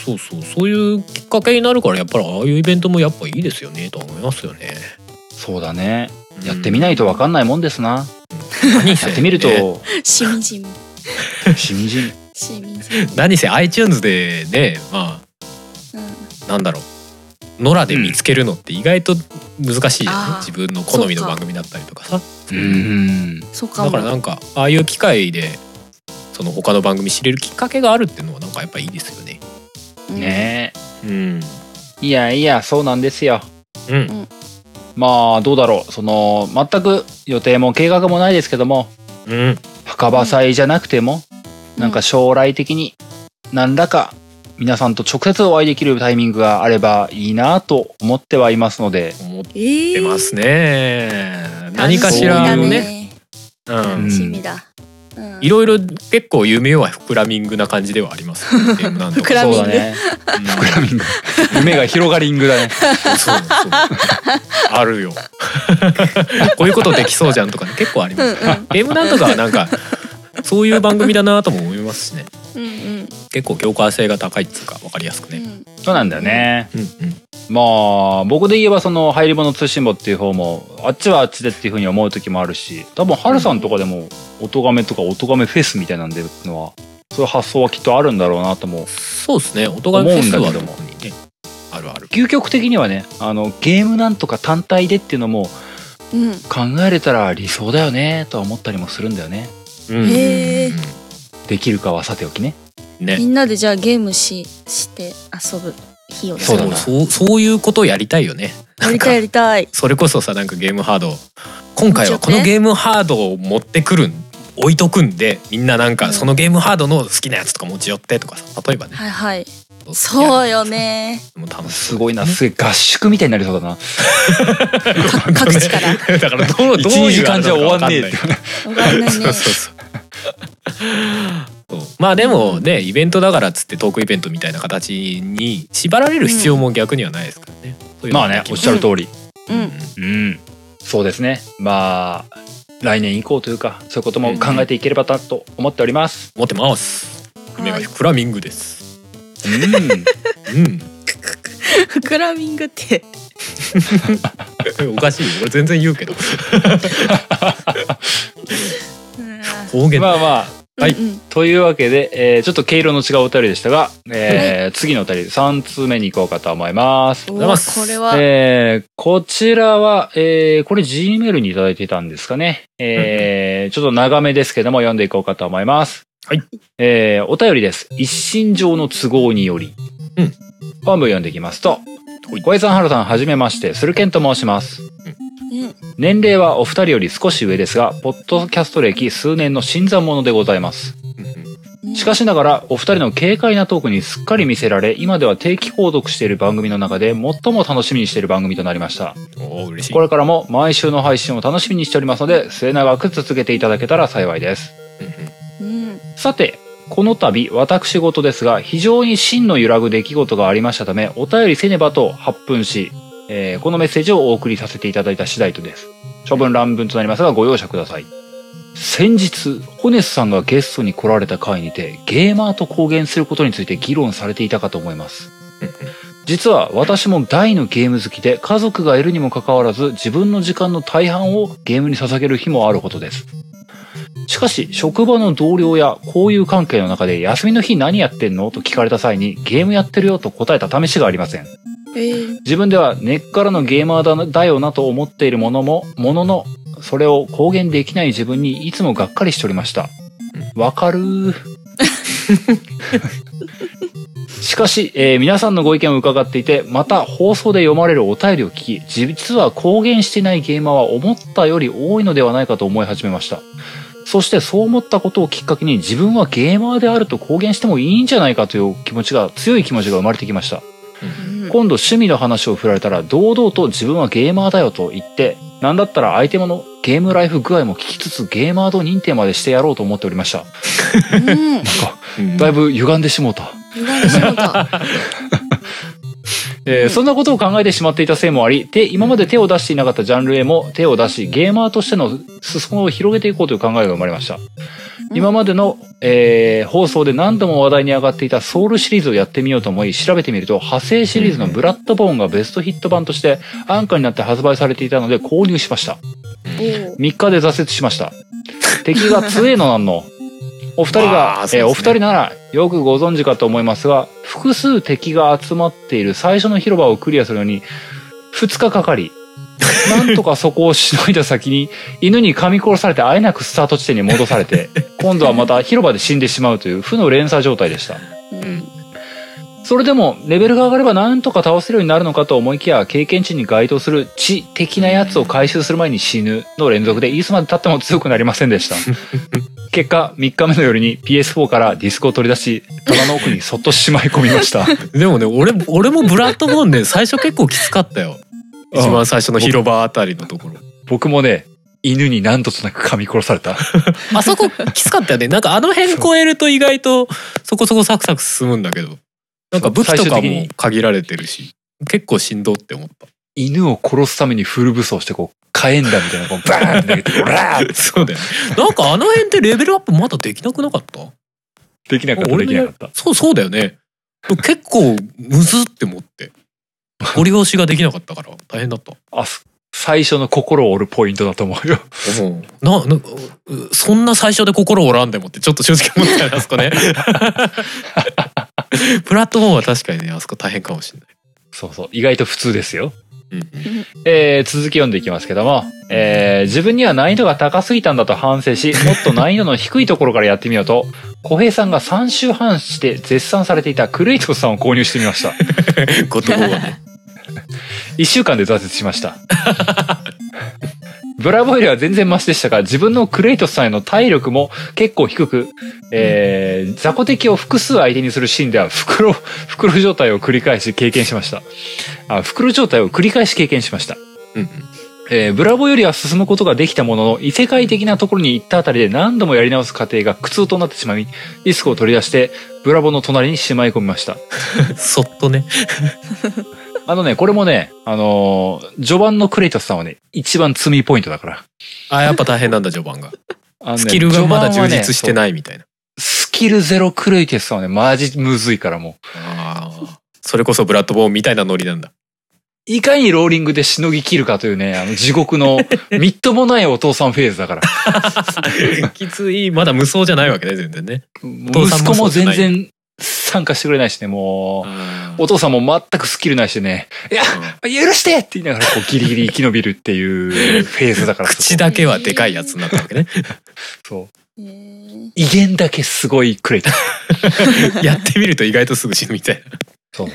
Speaker 2: そうそうそういうきっかけになるからやっぱりああいうイベントもやっぱいいですよねとは思いますよね。
Speaker 1: そうだね。やってみないとわかんないもんですな。
Speaker 2: 何せ
Speaker 1: やってみる
Speaker 2: ね
Speaker 1: と、
Speaker 3: しみじみ
Speaker 1: しみじみ。
Speaker 3: しみじみ
Speaker 2: 何せ iTunes でねまあ
Speaker 3: うん
Speaker 2: なんだろう野良で見つけるのって意外と難しいじゃん、
Speaker 3: あー
Speaker 2: 自分の好みの
Speaker 3: そうか
Speaker 2: 番組だったりとかさ
Speaker 1: うん。
Speaker 3: そうか
Speaker 2: だ
Speaker 3: も
Speaker 2: からなんかああいう機会でその他の番組知れるきっかけがあるっていうのはなんかやっぱいいですよね
Speaker 3: うん
Speaker 1: ね
Speaker 2: う
Speaker 1: え。
Speaker 2: ん
Speaker 1: いやいや、そうなんですよ。
Speaker 2: うん
Speaker 1: まあどうだろうその全く予定も計画もないですけども
Speaker 2: うん
Speaker 1: 墓場祭じゃなくても、なんか将来的に何らか皆さんと直接お会いできるタイミングがあればいいなと思ってはいますので、
Speaker 2: 思っ
Speaker 3: えー
Speaker 2: てますね、何かし
Speaker 1: あ
Speaker 2: ら
Speaker 1: の
Speaker 2: の
Speaker 3: 楽しみだ
Speaker 2: ねうん
Speaker 1: ん
Speaker 3: 楽しみだうん
Speaker 2: いろいろ結構夢は膨らみングな感じではありますよね、ゲームなんとか
Speaker 3: 膨らみング
Speaker 1: そうだね
Speaker 2: うん
Speaker 1: 膨らみン グ夢が広がりングだね
Speaker 2: そうそうあるよ こういうことできそうじゃんとかね結構あります
Speaker 3: うんうん
Speaker 2: ゲームなんとかはなんかそういう番組だなとも思いますしね
Speaker 3: うん
Speaker 2: 結構共感性が高いっていうか分かりやすく
Speaker 3: う
Speaker 2: ね。
Speaker 3: ん
Speaker 1: そうなんだよね
Speaker 2: うんうん
Speaker 1: まあ僕で言えばその「入り物通信簿」っていう方もあっちはあっちでっていうふうに思う時もあるし多分ハルさんとかでも「音がめ」とか「音がめフェス」みたいなんでのはそういう発想はきっとあるんだろうなとも
Speaker 2: そうですね音がフェス
Speaker 1: 思うん
Speaker 2: は
Speaker 1: だ
Speaker 2: 特
Speaker 1: けども
Speaker 2: にねあるある。
Speaker 1: 究極的にはねあのゲームなんとか単体でっていうのも
Speaker 3: うん
Speaker 1: 考えれたら理想だよねとは思ったりもするんだよね
Speaker 2: うん
Speaker 3: へー
Speaker 1: できるかはさておきね
Speaker 2: ね
Speaker 3: みんなでじゃあゲームしして遊ぶ費用
Speaker 1: そうだな
Speaker 2: そうそういうことやりたいよね
Speaker 3: やりたいやりたい
Speaker 2: それこそさなんかゲームハード今回はこのゲームハードを持ってくるん置いとくんでみんななん
Speaker 3: う
Speaker 2: か
Speaker 3: ん
Speaker 2: そのゲームハードの好きなやつとか持ち寄ってとかさ例えばね
Speaker 3: はいはい
Speaker 2: や
Speaker 3: そうよね
Speaker 2: もう楽し
Speaker 1: すごいな、すげえ合宿みたいになりそうだな。
Speaker 3: か各地から
Speaker 2: ら だからどうどう
Speaker 1: 1、2時
Speaker 2: いうあ
Speaker 1: 間
Speaker 2: れ
Speaker 1: じゃ
Speaker 2: な
Speaker 1: 終
Speaker 2: の
Speaker 1: わ
Speaker 2: か
Speaker 1: んねえ
Speaker 2: 分
Speaker 1: っ
Speaker 2: か
Speaker 1: て
Speaker 2: んない。
Speaker 3: わかんな いね
Speaker 2: そうそうそうそうまあでもねイベントだからっつってトークイベントみたいな形に縛られる必要も逆にはないですからね、そういうの
Speaker 1: ま
Speaker 2: も
Speaker 1: あね
Speaker 2: で、き
Speaker 1: おっ
Speaker 2: ます
Speaker 1: しゃる通り。
Speaker 3: う
Speaker 2: うん
Speaker 3: ん
Speaker 1: うん。そうですね。まあ、来年以降というか、そういうことも考えていければなと思っております。
Speaker 2: 持ってます夢が
Speaker 3: はい
Speaker 2: フラミングです
Speaker 1: う
Speaker 2: うん
Speaker 3: クラミングって
Speaker 2: おかしいよ俺全然言うけど
Speaker 3: うん
Speaker 2: 方言
Speaker 1: ん。まあまあ、
Speaker 2: はい
Speaker 3: うん
Speaker 1: というわけで、えーちょっと毛色の違うお便りでしたが、えー次のお便り、3通目に行こうかと思います。
Speaker 3: う
Speaker 2: ご
Speaker 3: んう
Speaker 2: ざい
Speaker 3: わ
Speaker 2: ます
Speaker 3: これは
Speaker 1: えーこちらは、えーこれ Gmail にいただいてたんですかね。えーちょっと長めですけども読んでいこうかと思います。
Speaker 2: はい。
Speaker 1: えーお便りです。一身上の都合により。
Speaker 2: うん。
Speaker 1: 本部読んでいきますと
Speaker 2: はい、
Speaker 1: 小江さん、原さん、はじめまして、スルケンと申します。
Speaker 3: うん
Speaker 1: 年齢はお二人より少し上ですが、ポッドキャスト歴数年の新参者でございます。
Speaker 3: うん
Speaker 1: しかしながら、お二人の軽快なトークにすっかり見せられ、今では定期購読している番組の中で最も楽しみにしている番組となりました。
Speaker 2: おー嬉しい
Speaker 1: これからも毎週の配信を楽しみにしておりますので、末永く続けていただけたら幸いです。
Speaker 2: うんうん
Speaker 3: うん
Speaker 1: さて、この度、私事ですが、非常に真の揺らぐ出来事がありましたため、お便りせねばと発奮し、えーこのメッセージをお送りさせていただいた次第とです。処分乱文となりますが、ご容赦ください。先日、ホネスさんがゲストに来られた回にて、ゲーマーと公言することについて議論されていたかと思います。実は私も大のゲーム好きで家族がいるにもかかわらず自分の時間の大半をゲームに捧げる日もあることです。しかし職場の同僚や交友関係の中で休みの日何やってんのと聞かれた際にゲームやってるよと答えた試しがありません。
Speaker 3: えー
Speaker 1: 自分では根っからのゲーマーだなだよなと思っているものも、ものの、それを公言できない自分にいつもがっかりしておりました。わかるー。しかし、えー皆さんのご意見を伺っていて、また放送で読まれるお便りを聞き、実は公言してないゲーマーは思ったより多いのではないかと思い始めました。そしてそう思ったことをきっかけに自分はゲーマーであると公言してもいいんじゃないかという気持ちが、強い気持ちが生まれてきました。
Speaker 3: うん
Speaker 1: 今度趣味の話を振られたら堂々と自分はゲーマーだよと言って、なんだったら相手ものゲームライフ具合も聞きつつゲーマー度認定までしてやろうと思っておりました。
Speaker 3: うん
Speaker 2: うん
Speaker 1: だいぶ歪んでしもうた。
Speaker 3: 意外に仕事
Speaker 1: えー
Speaker 3: うん
Speaker 1: そんなことを考えてしまっていたせいもあり、で今まで手を出していなかったジャンルへも手を出し、ゲーマーとしての裾野を広げていこうという考えが生まれました。今までの、えー放送で何度も話題に上がっていたソウルシリーズをやってみようと思い、調べてみると、派生シリーズのブラッドボーンがベストヒット版として、安価になって発売されていたので購入しました。
Speaker 3: おう
Speaker 1: 3日で挫折しました。敵が強えのなんの。お二人が、
Speaker 2: まあそうですね
Speaker 1: えーお二人ならよくご存知かと思いますが、複数敵が集まっている最初の広場をクリアするのに2日かか り、なんとかそこをしのいだ先に犬に噛み殺されてあえなくスタート地点に戻されて、今度はまた広場で死んでしまうという負の連鎖状態でした。
Speaker 3: うん
Speaker 1: それでも、レベルが上がればなんとか倒せるようになるのかと思いきや、経験値に該当する知的なやつを回収する前に死ぬの連続で、いつまで経っても強くなりませんでした。結果、3日目の夜に PS4 からディスクを取り出し、棚の奥にそっとしまい込みました。
Speaker 2: でもね俺も俺もブラッドボーンね最初結構きつかったよ
Speaker 1: うん
Speaker 2: 一番最初の広場あたりのところ
Speaker 1: 僕もね、犬になんとなく噛み殺された。
Speaker 2: あそこきつかったよねなんかあの辺超えると意外とそこそこサクサク進むんだけどなんか武器と
Speaker 1: 最終
Speaker 2: か
Speaker 1: 的に
Speaker 2: も限られてるし結構しんどって思った
Speaker 1: 犬を殺すためにフル武装して、こう、火炎弾みたいな、こう、バーンって投げて、オラーって
Speaker 2: そうだよね なんかあの辺ってレベルアップまだできなくなかった
Speaker 1: できなかった、できなかった。
Speaker 2: そうそうだよね結構むずって思ってゴリ押しができなかったから大変だった
Speaker 1: あ、す最初の心を折るポイントだと思うよ。
Speaker 2: ななうそんな最初で心折らんでもってちょっと正直思ったよねあそこね プラットフォームは確かにねあそこ大変かもしれない
Speaker 1: そうそう、意外と普通ですよ。
Speaker 2: うんうん
Speaker 1: えー続き読んでいきますけども、えー自分には難易度が高すぎたんだと反省し、もっと難易度の低いところからやってみようと、小平さんが3週半して絶賛されていたクレイトスさんを購入してみました。
Speaker 2: 言葉が ね
Speaker 1: 1週間で挫折しました。ブラボイルは全然マシでしたが、自分のクレイトスさんへの体力も結構低く、えー雑魚敵を複数相手にするシーンでは袋、袋状態を繰り返し経験しました。あ、袋状態を繰り返し経験しました。
Speaker 2: うんうん
Speaker 1: えーブラボーよりは進むことができたものの、異世界的なところに行ったあたりで何度もやり直す過程が苦痛となってしまい、リスクを取り出して、ブラボーの隣にしまい込みました。
Speaker 2: そっとね
Speaker 1: あのね、これもね、あのー序盤のクレイトスさんはね、一番罪ポイントだから。
Speaker 2: あやっぱ大変なんだ序盤が
Speaker 1: あのね
Speaker 2: スキルがまだ充実して
Speaker 1: い。
Speaker 2: ないみたいな、
Speaker 1: そうスキルゼロクレイトスさんはね、マジむずいからもう。
Speaker 2: あーそれこそブラッドボーンみたいなノリ なんだ
Speaker 1: いかにローリングでしのぎ切るかというね、あの地獄 のみっともないお父さんフェーズだから。
Speaker 2: きついまだ無双じゃないわけね全然ね父さん
Speaker 1: 息
Speaker 2: も
Speaker 1: 子
Speaker 2: そ
Speaker 1: も
Speaker 2: うじ
Speaker 1: 全
Speaker 2: ゃない
Speaker 1: 然参加してくれないしね、もう。
Speaker 2: あー
Speaker 1: お父さんも全くスキルないしね、いや、許してって言いながら、こ う、ギリギリ生き延びるっていうフェーズだから、
Speaker 2: 口だけはでかいやつになったわけ ね
Speaker 1: そう。
Speaker 3: えー
Speaker 1: 威厳だけすごいくれた。
Speaker 2: やってみると意外とすぐ死ぬみたいな
Speaker 1: そう。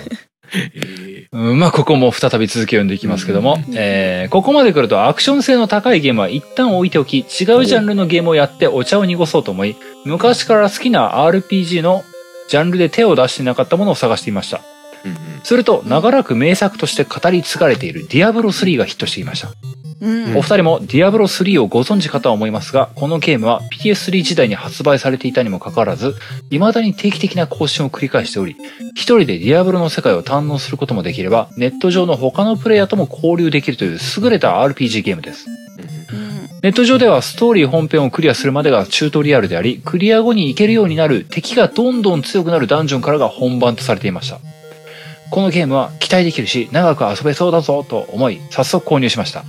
Speaker 1: うんまあ、ここも再び続きを読んでいきますけども、
Speaker 3: うん
Speaker 1: えーここまで来るとアクション性の高いゲームは一旦置いておき、違うジャンルのゲームをやってお茶を濁そうと思い、昔から好きな RPG のジャンルで手を出していなかったものを探していました。
Speaker 2: うんうん
Speaker 1: すると、長らく名作として語り継がれているディアブロ3がヒットしていました。
Speaker 3: うん
Speaker 1: お二人もディアブロ3をご存知かとは思いますが、このゲームは PS3 時代に発売されていたにもかかわらず、未だに定期的な更新を繰り返しており、一人でディアブロの世界を堪能することもできれば、ネット上の他のプレイヤーとも交流できるという優れた RPG ゲームです。
Speaker 3: うん
Speaker 1: ネット上ではストーリー本編をクリアするまでがチュートリアルであり、クリア後に行けるようになる敵がどんどん強くなるダンジョンからが本番とされていました。このゲームは期待できるし、長く遊べそうだぞと思い、早速購入しました。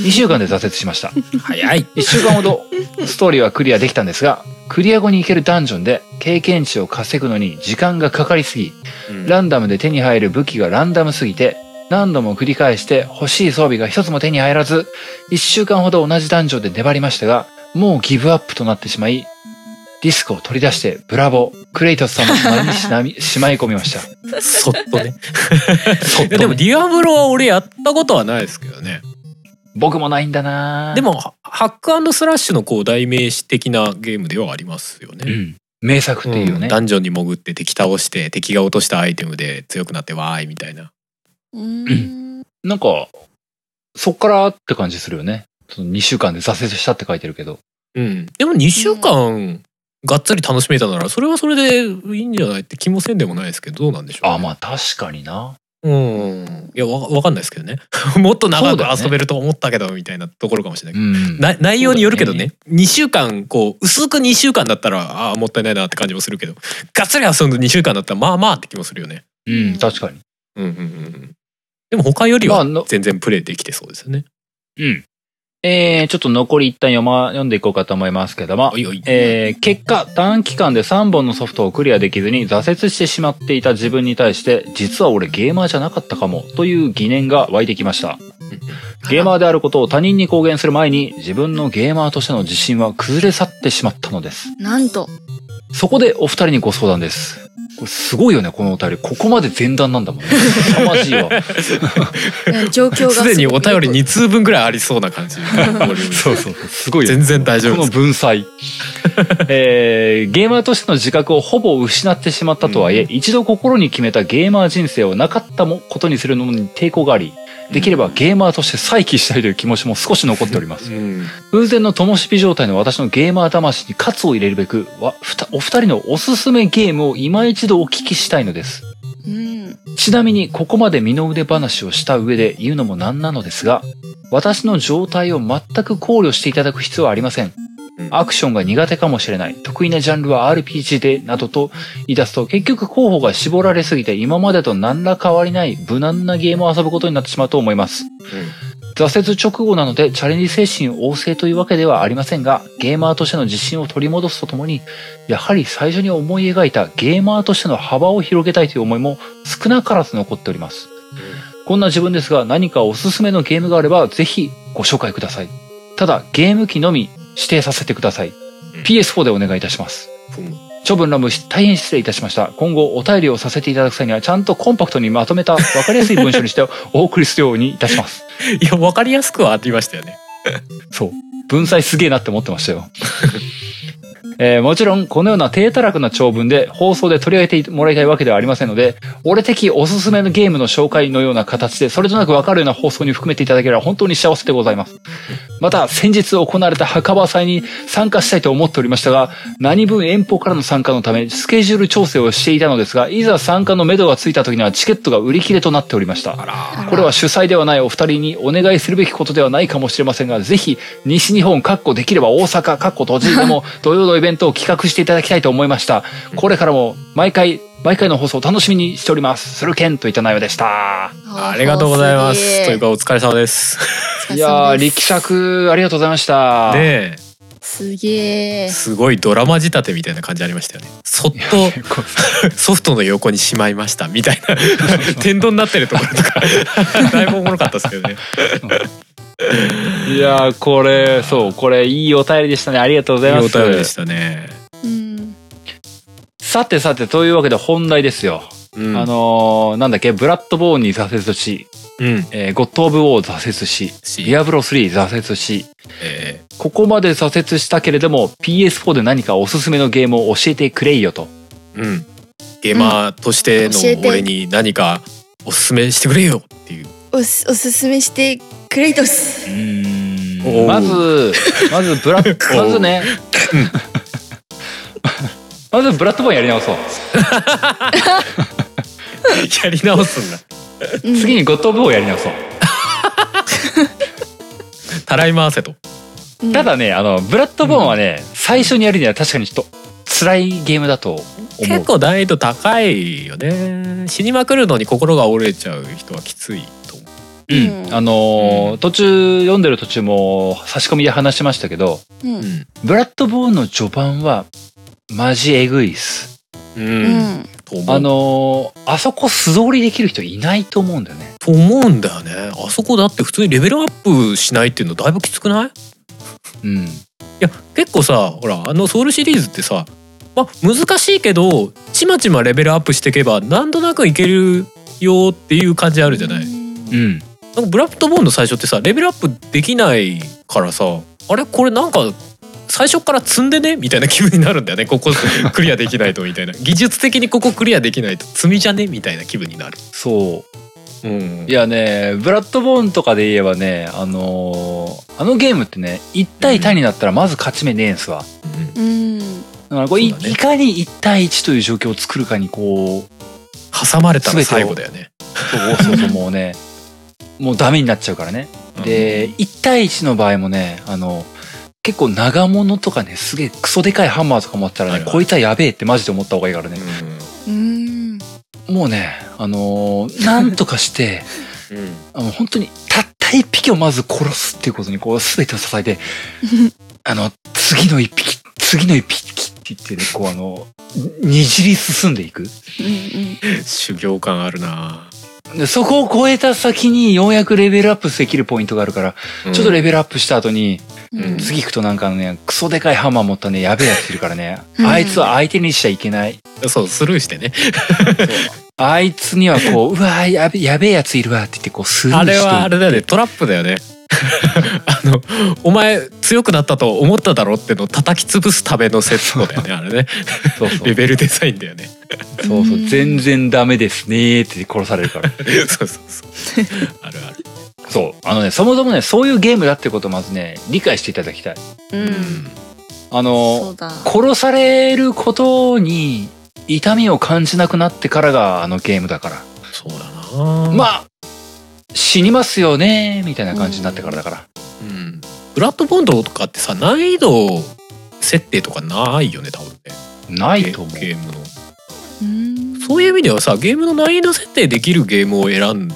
Speaker 1: 2週間で挫折しました。
Speaker 2: お早い
Speaker 1: 1週間ほどストーリーはクリアできたんですが、クリア後に行けるダンジョンで経験値を稼ぐのに時間がかかりすぎ、ランダムで手に入る武器がランダムすぎて、何度も繰り返して欲しい装備が一つも手に入らず、一週間ほど同じダンジョンで粘りましたが、もうギブアップとなってしまい、ディスクを取り出して、ブラボー、クレイトスさんの隣にしなみ しまい込みました。
Speaker 2: そっ とね
Speaker 1: そっ
Speaker 2: いや
Speaker 1: と
Speaker 2: でもディアブロは俺やったことはないですけどね
Speaker 1: 僕もないんだなぁ
Speaker 2: で、もハハックスラッシュのこう代名詞的なゲームではありますよ
Speaker 1: う
Speaker 2: ね、
Speaker 1: ん、名作っていうよ
Speaker 2: うん
Speaker 1: ね。
Speaker 2: ダンジョンに潜って敵倒して敵が落としたアイテムで強くなってわーいみたいな
Speaker 3: うん
Speaker 1: なんか、そっからって感じするよね。その2週間で挫折したって書いてるけど。
Speaker 2: うん、でも2週間がっつり楽しめたならそれはそれでいいんじゃないって気もせんでもないですけどどうなんでしょう、
Speaker 1: あ、まあ確かにな。
Speaker 2: うんいやわわかんないですけどね もっと長
Speaker 1: そう
Speaker 2: く
Speaker 1: だよね
Speaker 2: 遊べると思ったけどみたいなところかもしれないうけど、
Speaker 1: ん。
Speaker 2: な内容によるけど
Speaker 1: そう
Speaker 2: ね2週間こう薄く2週間だったらあーもったいないなって感じもするけどがっつり遊んで2週間だったらまあまあって気もするよね。
Speaker 1: うん、確かに。
Speaker 2: うんうんうんうん、でも他より
Speaker 1: まあ
Speaker 2: は
Speaker 1: の
Speaker 2: 全然プレイできてそうですよね。
Speaker 1: うん。えー、ちょっと残り一旦読ま、読んでいこうかと思いますけども
Speaker 2: お、いおい
Speaker 1: えー、結果、短期間で3本のソフトをクリアできずに挫折してしまっていた自分に対して、実は俺ゲーマーじゃなかったかも、という疑念が湧いてきました。ゲーマーであることを他人に公言する前に、自分のゲーマーとしての自信は崩れ去ってしまったのです。
Speaker 3: なんと
Speaker 1: そこでお二人にご相談です。これすごいよね、このお便り。ここまで前段なんだもんね。凄まじいわ。
Speaker 3: いや状況が
Speaker 2: すでにお便り
Speaker 3: に
Speaker 2: 2通分ぐらいありそうな 感じ。ボリューム
Speaker 1: そうそうそう。すごいよね
Speaker 2: 全然大丈
Speaker 1: こ
Speaker 2: 夫
Speaker 1: の
Speaker 2: です。
Speaker 1: 文才。えーゲーマーとしての自覚をほぼ失ってしまったとはいえ、
Speaker 2: うん
Speaker 1: 一度心に決めたゲーマー人生をなかったもことにするのに抵抗があり、できればゲーマーとして再起したいという気持ちも少し残っております。
Speaker 2: うん
Speaker 1: 偶然の灯火状態の私のゲーマー魂に喝を入れるべく、わふたお二人のおすすめゲームを今一度お聞きしたいのです。
Speaker 3: うん
Speaker 1: ちなみにここまで身の腕話をした上で言うのもなんなのですが、私の状態を全く考慮していただく必要はありません
Speaker 2: うん。
Speaker 1: アクションが苦手かもしれない。得意なジャンルは RPG で、などと言い出すと結局候補が絞られすぎて今までと何ら変わりない無難なゲームを遊ぶことになってしまうと思います。挫折直後なのでチャレンジ精神旺盛というわけではありませんが、ゲーマーとしての自信を取り戻すとともに、やはり最初に思い描いたゲーマーとしての幅を広げたいという思いも少なからず残っております。こんな自分ですが何かおすすめのゲームがあればぜひご紹介ください。ただゲーム機のみ指定させてください。PS4 でお願いいたします。
Speaker 2: ふむ
Speaker 1: 処分ラム大変失礼いたしました。今後お便りをさせていただく際にはちゃんとコンパクトにまとめたわかりやすい文章にしてお送りするようにいたします。
Speaker 2: いや分かりやすくはありましたよね
Speaker 1: そう。文才すげえなって思ってましたよ。 えーもちろん、このような低たらくな長文で放送で取り上げてもらいたいわけではありませんので、俺的おすすめのゲームの紹介のような形で、それとなくわかるような放送に含めていただければ本当に幸せでございます。また、先日行われた墓場祭に参加したいと思っておりましたが、何分遠方からの参加のため、スケジュール調整をしていたのですが、いざ参加の目処がついた時にはチケットが売り切れとなっておりました。
Speaker 2: あ
Speaker 1: これは主催ではないお二人にお願いするべきことではないかもしれませんが、ぜひ西日本、かっこできれば大阪、かっこ栃木でも土曜のイベントを企画していただきたいと思いました。これからも毎回、毎回の放送を楽しみにしております。するけんといった内容でした。
Speaker 2: らありがとうございますというかお疲れ様です
Speaker 1: いやー、力
Speaker 3: 作
Speaker 1: 作ありがとうございました。
Speaker 2: ね
Speaker 3: すげ
Speaker 2: え
Speaker 3: え
Speaker 2: すごいドラマ仕立てみたいな感じありましたよねそっ
Speaker 1: いや
Speaker 2: と
Speaker 1: こ
Speaker 2: ソフトの横にしまいましたみ たいな天丼になってるところとかだいぶおもろかったですけどね
Speaker 1: いやーこれ、そう、これいいお便りでしたね。ありがとうござ
Speaker 2: いい
Speaker 1: いま
Speaker 2: お
Speaker 1: す。
Speaker 2: 便りでしたね、
Speaker 3: うん
Speaker 1: さてさて、というわけで本題ですよ。
Speaker 2: うん、
Speaker 1: あのーなんだっけ、ブラッドボーンに挫折し、
Speaker 2: うん
Speaker 1: えーゴッド・オブ・ウォー挫折し、ディアブロ3挫折し、
Speaker 2: え
Speaker 1: ここまで挫折したけれども PS4 で何かおすすめのゲームを教えてくれいよと。
Speaker 2: ーうんゲーマーとして
Speaker 3: うん教え
Speaker 2: の
Speaker 3: て
Speaker 2: 俺に何かおすすめしてくれよっていう
Speaker 3: おすおすすめしてクレイトス
Speaker 2: おう
Speaker 1: まず、まずブラッ、
Speaker 2: おう
Speaker 1: まずね、 まずブラッドボーンやり直そう。
Speaker 2: やり直すんだ
Speaker 3: うん
Speaker 1: 次にゴッド・オブ・ウォーやり直そう。
Speaker 2: たらい回せと
Speaker 3: うん
Speaker 1: ただね、あの、ブラッドボーンはね、最初にやるには確かにちょっと辛いゲームだと思う。
Speaker 2: 結構難易度高いよね死にまくるのに心が折れちゃう人はきついと思
Speaker 1: うん。あのー
Speaker 2: う
Speaker 1: 途中、読んでる途中も差し込みで話しましたけど、
Speaker 3: う
Speaker 2: う、
Speaker 3: ん
Speaker 1: ブラッドボーンの序盤は、マジエグいっす。
Speaker 2: うん
Speaker 3: う
Speaker 2: うん
Speaker 3: ん
Speaker 2: と思う
Speaker 1: あのーあそこ素通りできる人いないと思うんだよね。
Speaker 2: と思うんだよねあそこだって普通にレベルアップしないっていうのだいぶきつくない
Speaker 1: うん。
Speaker 2: いや結構さほらあのソウルシリーズってさ、まあ、難しいけどちまちまレベルアップしていけばなんとなくいけるよっていう感じあるじゃない、
Speaker 3: う
Speaker 1: う
Speaker 3: ん
Speaker 1: ん。
Speaker 2: なんかブラッドボーンの最初ってさレベルアップできないからさあれこれなんか最初から積んでねみたいな気分になるんだよねここ クリアできないとみたいな技術的にここクリアできないと積みじゃねみたいな気分になる、
Speaker 1: そ
Speaker 2: うん
Speaker 1: う。いやね、ブラッドボーンとかで言えばね、あのーあのゲームってね、1対1になったらまず勝ち目ねえんすわ。
Speaker 2: うん
Speaker 3: うん
Speaker 1: だからこれい、
Speaker 2: そうだね
Speaker 1: いかに1対1という状況を作るかにこう、
Speaker 2: 挟まれたら最後だよね
Speaker 1: そうそうそうもうね、もうダメになっちゃうからね。で、1対1の場合もね、あの、結構長物とかね、すげえクソでかいハンマーとか持ってたらね、
Speaker 2: はいはい
Speaker 1: こいつはやべえってマジで思った方がいいから
Speaker 2: う
Speaker 1: ね。
Speaker 2: ん
Speaker 3: うん
Speaker 1: もうね、あのーなんとかして、
Speaker 2: うん
Speaker 1: あの本当にたった一匹をまず殺すっていうことにこう全てを支え て、あの、次の一匹、次の一匹って言ってね、こうあの、にじり進んでいく。
Speaker 3: う
Speaker 2: 修行感あるな
Speaker 1: でそこを超えた先にようやくレベルアップできるポイントがあるから、ちょっとレベルアップした後に、
Speaker 3: んうん
Speaker 1: 次行くとなんかね、クソでかいハンマー持ったね、やべえやついるからね、
Speaker 3: うん
Speaker 1: あいつは相手にしちゃいけない。
Speaker 2: そうスルーしてね
Speaker 1: あいつにはこう、 うわーやべ、やべえやついるわって言ってこうスルー
Speaker 2: あ
Speaker 1: してい
Speaker 2: れ
Speaker 1: く。
Speaker 2: はあれだよねトラップだよね あのお前強くなったと思っただろってのを叩き潰すためのセットだよねあれね
Speaker 1: そうそう
Speaker 2: レベルデザインだよね
Speaker 1: そうそうう、
Speaker 3: ん
Speaker 1: 全然ダメですねーって殺されるから。
Speaker 2: そうそうそうあるある
Speaker 1: そう。あのね、そもそもね、そういうゲームだってことをまずね、理解していただきたい。
Speaker 3: う
Speaker 2: うん
Speaker 3: ん
Speaker 1: あ
Speaker 3: そ
Speaker 1: の、
Speaker 3: うだ
Speaker 1: 殺されることに痛みを感じなくなってからがあのゲームだから。
Speaker 2: そうだな
Speaker 1: ま
Speaker 2: あ、
Speaker 1: あ、死にますよねーみたいな感じになってからだから。
Speaker 2: うん、ブラッドボンドとかってさ難易度設定とかないよね多分ね
Speaker 1: ないと思う。
Speaker 2: ゲームの
Speaker 3: うん
Speaker 2: そういう意味ではさゲームの難易度設定できるゲームを選ん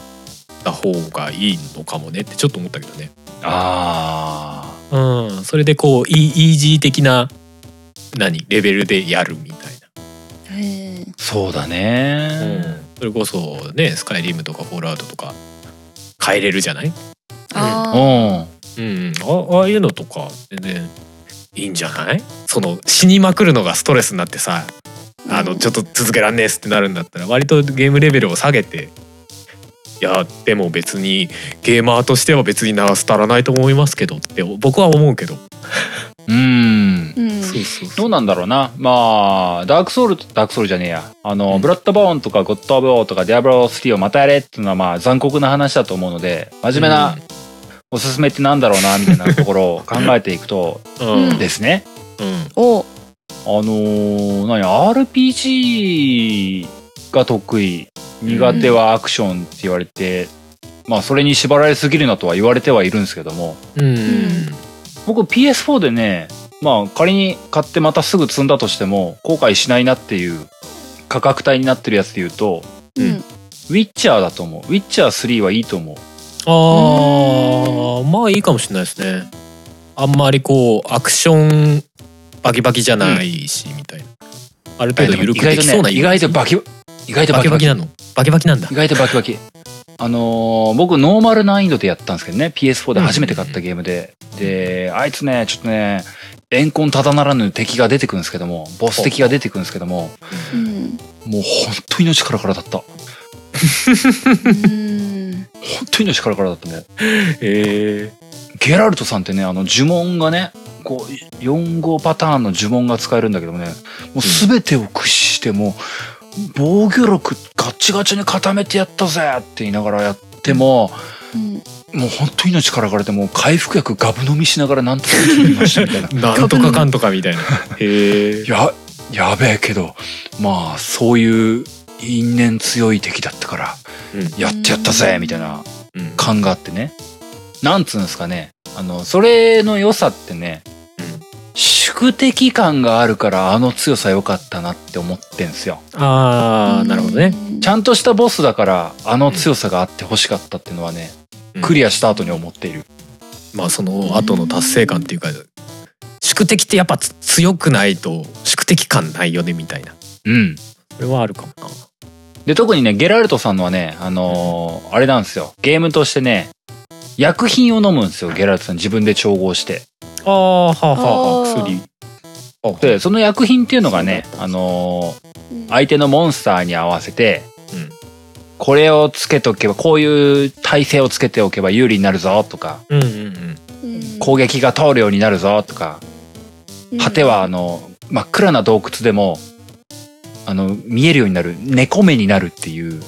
Speaker 2: だ方がいいのかもねってちょっと思ったけどね
Speaker 1: あ
Speaker 2: うん、それでこうイイージー的な何レベルでやるみたい
Speaker 3: へえ
Speaker 1: ー、そうだね
Speaker 2: な、それこそねスカイリムとかフォールアウトとか変えれるじゃない、
Speaker 3: あ
Speaker 1: うん。
Speaker 2: うん、あああいうのとかでねいいんじゃないその死にまくるのがストレスになってさ
Speaker 3: ー
Speaker 2: あのちょっと続けらんねえっすってなるんだったら割とゲームレベルを下げていやでも別にゲーマーとしては別にならすたらないと思いますけどって僕は思うけど、
Speaker 1: うん。
Speaker 3: うん
Speaker 2: そうそうそ
Speaker 1: ど
Speaker 2: う
Speaker 1: うなんだろうな。まあ、ダークソウル、ダークソウルじゃねえや。あの、
Speaker 2: うん
Speaker 1: ブラッドボーンとかゴッドオブオーとかディアブロ3をまたやれっていうのはまあ残酷な話だと思うので、真面目なおすすめってなんだろうな、みたいなところを考えていくと
Speaker 2: うんうん
Speaker 3: うん
Speaker 1: ですね。
Speaker 2: うん
Speaker 3: お
Speaker 1: あのー、何 RPG が得意、苦手はアクションって言われて、まあそれに縛られすぎるなとは言われてはいるんですけども、
Speaker 2: うん
Speaker 1: 僕 PS4 でね、まあ仮に買ってまたすぐ積んだとしても後悔しないなっていう価格帯になってるやつで言うと、
Speaker 3: う
Speaker 2: うん
Speaker 3: ん
Speaker 1: ウィッチャーだと思う。ウィッチャー3はいいと思う。
Speaker 2: あーまあいいかもしれないですねあんまりこうアクションバキバキじゃないし、みたいなある程度緩くできそうな
Speaker 1: 意外とね、意外とバキ、意外と
Speaker 2: バ
Speaker 1: バキ
Speaker 2: キバ
Speaker 1: バ
Speaker 2: キ
Speaker 1: キ。
Speaker 2: なのバキバキなんだ
Speaker 1: 意外とバキバキ。あのー僕ノーマル難易度でやったんですけどね、PS4 で初めて買ったゲームで。で、あいつね、ちょっとね、怨恨ただならぬ敵が出てくるんですけども、ボス敵が出てくるんですけども、
Speaker 3: うん
Speaker 1: もうほんと命からからだった。ほ
Speaker 3: うん
Speaker 1: んと命からからだったね。
Speaker 2: え
Speaker 1: ゲラルトさんってね、あの呪文がね、こう、4、5パターンの呪文が使えるんだけどもね、もうすべてを駆使しても、防御力ガッチガチに固めてやったぜって言いながらやっても、
Speaker 3: うん
Speaker 1: もう本当に命からがれて、もう回復薬ガブ飲みしながらなんとか生きましたみ たいな。
Speaker 2: ー、なんとかかんとかみたいな へえ
Speaker 1: や、やべえけど、まあ、そういう因縁強い敵だったから、
Speaker 2: うん
Speaker 1: やってやったぜみたいな
Speaker 2: うん
Speaker 1: 感があってね。なんつうんですかね。あの、それの良さってね、宿敵感があるからあの強さ良かったなって思ってんすよ。
Speaker 2: ああなるほどね
Speaker 1: ちゃんとしたボスだからあの強さがあって欲しかったっていうのはね、
Speaker 2: うん
Speaker 1: クリアした後に思っている。
Speaker 2: まあその後の達成感っていうか宿敵ってやっぱつ強くないと宿敵感ないよねみたいな
Speaker 1: うん。
Speaker 2: それはあるかもな
Speaker 1: で、特にね、ゲラルトさんのはね、あのーあれなんですよ。ゲームとしてね、薬品を飲むんですよ、ゲラルトさん。自分で調合して。
Speaker 2: ああはあはあはあ
Speaker 3: あー
Speaker 2: 薬あ
Speaker 1: で、その薬品っていうのがね
Speaker 2: そうだっ、た
Speaker 1: あのー
Speaker 3: い
Speaker 1: 相手のモンスターに合わせて、
Speaker 2: うん
Speaker 1: これをつけとけば、こういう体勢をつけておけば有利になるぞとか、
Speaker 2: うんうんうん
Speaker 1: 攻撃が通るようになるぞとか、果てはあ
Speaker 3: の
Speaker 1: の真っ暗な洞窟でもあの見えるようになる猫目になるっていう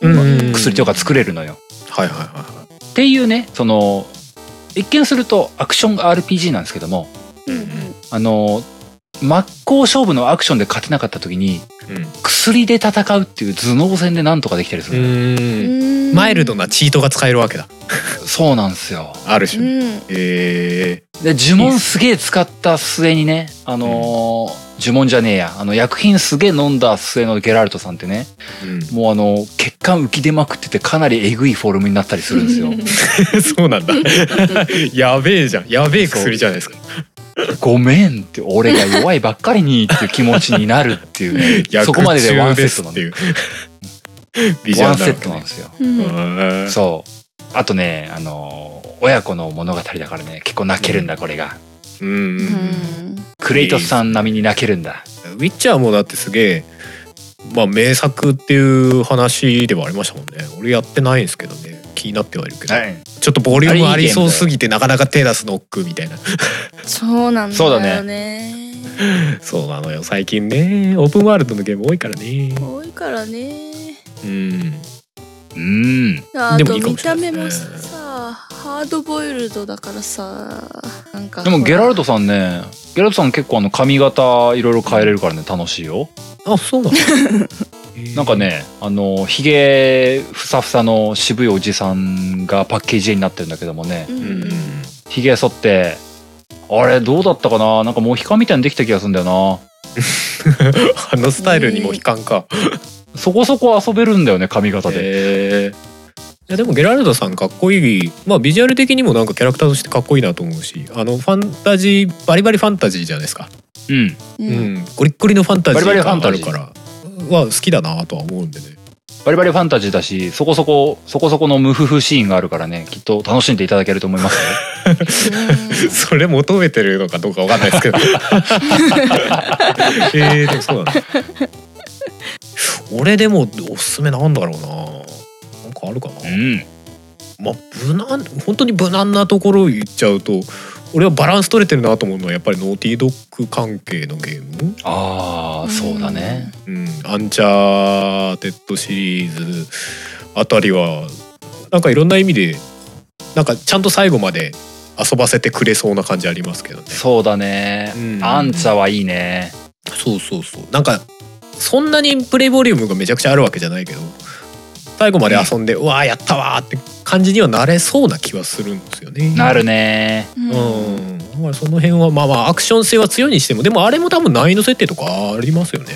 Speaker 2: うんうんうん
Speaker 1: 薬とか作れるのよ。
Speaker 2: はいはいはいは
Speaker 1: っていうねその一見するとアクション RPG なんですけども
Speaker 2: い。うん
Speaker 1: あの真っ向勝負のアクションで勝てなかった時に薬で戦うっていう頭脳戦でなんとかできたりす
Speaker 2: う
Speaker 1: る、
Speaker 2: ん。うん。マイルドなチートが使えるわけだ。
Speaker 1: そうなんですよ。
Speaker 2: ある
Speaker 3: う
Speaker 2: 種。
Speaker 3: ん
Speaker 2: え
Speaker 1: で呪文すげえ使った末にねあのー呪文じゃねえやあの薬品すげえ飲んだ末のゲラルトさんってね
Speaker 2: え。
Speaker 1: もうあの、血管浮き出まくっててかなりえぐいフォルムになったりするんです よ。
Speaker 2: そう なんだ。やべえじゃん。やべえ薬じゃないですか。
Speaker 1: ごめんって、俺が弱いばっかりにっていう気持ちになるって いうね。そこまででワンセットなん
Speaker 2: って
Speaker 1: で
Speaker 2: いう。 ビ
Speaker 1: す。
Speaker 2: ジュ
Speaker 1: ワ
Speaker 2: ア
Speaker 1: ン
Speaker 2: ル
Speaker 1: セ
Speaker 2: な
Speaker 1: ットなんですよ。
Speaker 3: うん
Speaker 2: のか
Speaker 1: そう。あとね、あのー、親子の物語だからね、結構泣けるんだ、これが。
Speaker 2: うんうんうん。
Speaker 1: クレイトスさん並みに泣けるんだ。
Speaker 2: ウィッチャーもだってすげえ。まあ名作っていう話ではありましたもんね。俺やってないんですけどね。気になってはいるけど。
Speaker 1: はい。
Speaker 2: ちょっとボリュームありそうすぎてなかなか手出すの億劫みた いな。
Speaker 3: そうなんだよね
Speaker 1: そうだ
Speaker 2: そうなのよ最近ねオープンワールドのゲーム多いからね
Speaker 3: 多いからね
Speaker 2: うん
Speaker 1: うん。
Speaker 3: あ
Speaker 2: でもい
Speaker 3: と
Speaker 2: いか
Speaker 3: 見
Speaker 2: もしれない
Speaker 3: た目
Speaker 2: で
Speaker 3: も
Speaker 2: すね
Speaker 3: さハードボイルドだからさなんか
Speaker 1: でもゲラルトさんね、ゲラルトさん結構あの髪型いろいろ変えれるからね、楽しいよ。
Speaker 2: あそうなの
Speaker 1: なんかね、あの、ひげふさふさの渋いおじさんがパッケージ絵になってるんだけどもね、
Speaker 3: うん
Speaker 2: う
Speaker 3: うんん
Speaker 1: ひげ剃って、あれどうだったかななんかモヒカンみたいにできた気がするんだよ
Speaker 2: あのスタイルにも悲観か
Speaker 1: な。そこそこ遊べるんだよね、髪型で。
Speaker 2: へえいやでもゲラルドさんかっこいいまあビジュアル的にもなんかキャラクターとしてかっこいいなと思うしあのファンタジーバリバリファンタジーじゃないですか、
Speaker 1: うん。
Speaker 3: う
Speaker 2: うん
Speaker 3: ん
Speaker 2: ゴリッゴリのファンタジー
Speaker 1: バリバリファ
Speaker 2: が
Speaker 1: ンタ
Speaker 2: あ
Speaker 1: ジ
Speaker 2: る
Speaker 1: ー
Speaker 2: からは好きだなとは思うんでね
Speaker 1: バリバリファンタジーだし、そこそこ、そこそこのムフフシーンがあるからね、きっと楽しんでいただけると思いますよ。
Speaker 2: それ求めてるのかどうかわかんないです けどえーでもそう なんだ俺でもおすすめなんだろうななんかあるかな
Speaker 1: うん。
Speaker 2: まあ無難本当に無難なところを言っちゃうと俺はバランス取れてるなと思うのはやっぱりノーティードッグ関係のゲーム
Speaker 1: ああ、そうだね。
Speaker 2: うん、アンチャーテッドシリーズあたりはなんかいろんな意味でなんかちゃんと最後まで遊ばせてくれそうな感じありますけどね。
Speaker 1: そうだね。
Speaker 2: うん
Speaker 1: アンチャはいいね。
Speaker 2: そうそうそうなんかそんなにプレイボリュームがめちゃくちゃあるわけじゃないけど最後まで遊んで、うわーやったわーって感じにはなれそうな気はするんですよね。
Speaker 1: なるね。
Speaker 3: うん
Speaker 2: うん、だからその辺はまあまあアクション性は強いにしてもでもあれも多分難易度設定とかありますよね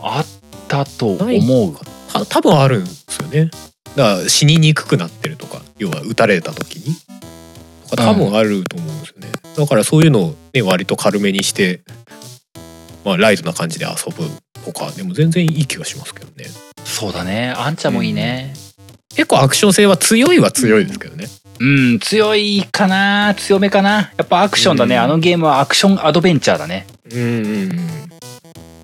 Speaker 1: あったと思う。
Speaker 2: た多分あるんですよねだから死ににくくなってるとか要は撃たれた時にとか多分あると思うんですよね、だからそういうのを、ね、割と軽めにして、まあ、ライトな感じで遊ぶとかでも全然いい気がしますけどね
Speaker 1: そうだね。アンチャもいいね。
Speaker 2: 結構アクション性は強いは強いですけどね、
Speaker 1: うん、強いかな強めかなやっぱアクションだね。
Speaker 2: うん
Speaker 1: あのゲームはアクションアドベンチャーだね。
Speaker 2: うんうんうん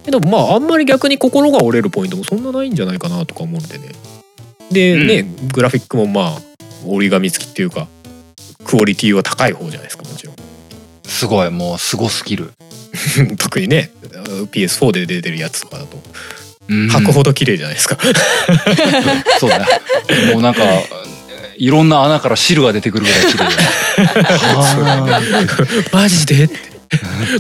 Speaker 2: けどまああんまり逆に心が折れるポイントもそんなないんじゃないかなとか思うんでねで、
Speaker 1: うん
Speaker 2: ねグラフィックもまあ折り紙付きっていうかクオリティは高い方じゃないですかもちろ
Speaker 1: すごい、もうすごすぎる。
Speaker 2: ん 特にね PS4 で出てるやつとかだと
Speaker 1: うん
Speaker 2: 書くほど綺麗じゃないですか、
Speaker 1: そうだね。もうなんか、いろんな穴から汁が出てくるぐらい綺麗だねは
Speaker 2: マジでって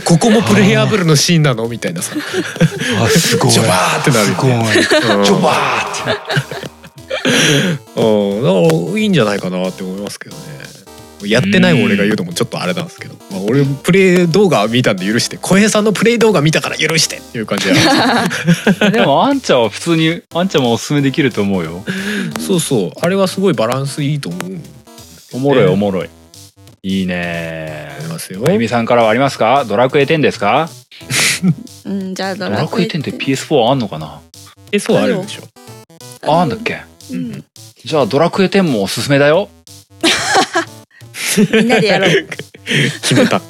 Speaker 2: ここもプレイヤーブルのシーンなのみた いなさ
Speaker 1: ーあ、すごい。
Speaker 2: ジョバーってなる
Speaker 1: すごい。
Speaker 2: うん
Speaker 1: ジョバーって。
Speaker 2: うんだからいいんじゃないかなって思いますけどねやってない俺が言うのもちょっとあれなんですけど、まあ、俺プレイ動画見たんで許して小平さんのプレイ動画見たから許してっていう感じで
Speaker 1: でも、あんちゃんは普通に、あんちゃんもおすすめできると思うよ。
Speaker 2: そうそうあれはすごいバランスいいと思うんで
Speaker 1: おもろい、おもろい。いいね
Speaker 2: ありますよ
Speaker 1: まゆみさんからはありますかドラクエ10ですか
Speaker 3: うんじゃあド
Speaker 1: ド
Speaker 3: ラ
Speaker 1: ラ
Speaker 3: ク
Speaker 1: ク
Speaker 3: エ
Speaker 1: エ10って PS4 あんのかな
Speaker 2: えそうあるでしょ
Speaker 1: ああんだっけ
Speaker 3: うん
Speaker 1: じゃあ、ドラクエ10もおすすめだよ。
Speaker 3: みんなでやろう
Speaker 2: 決めた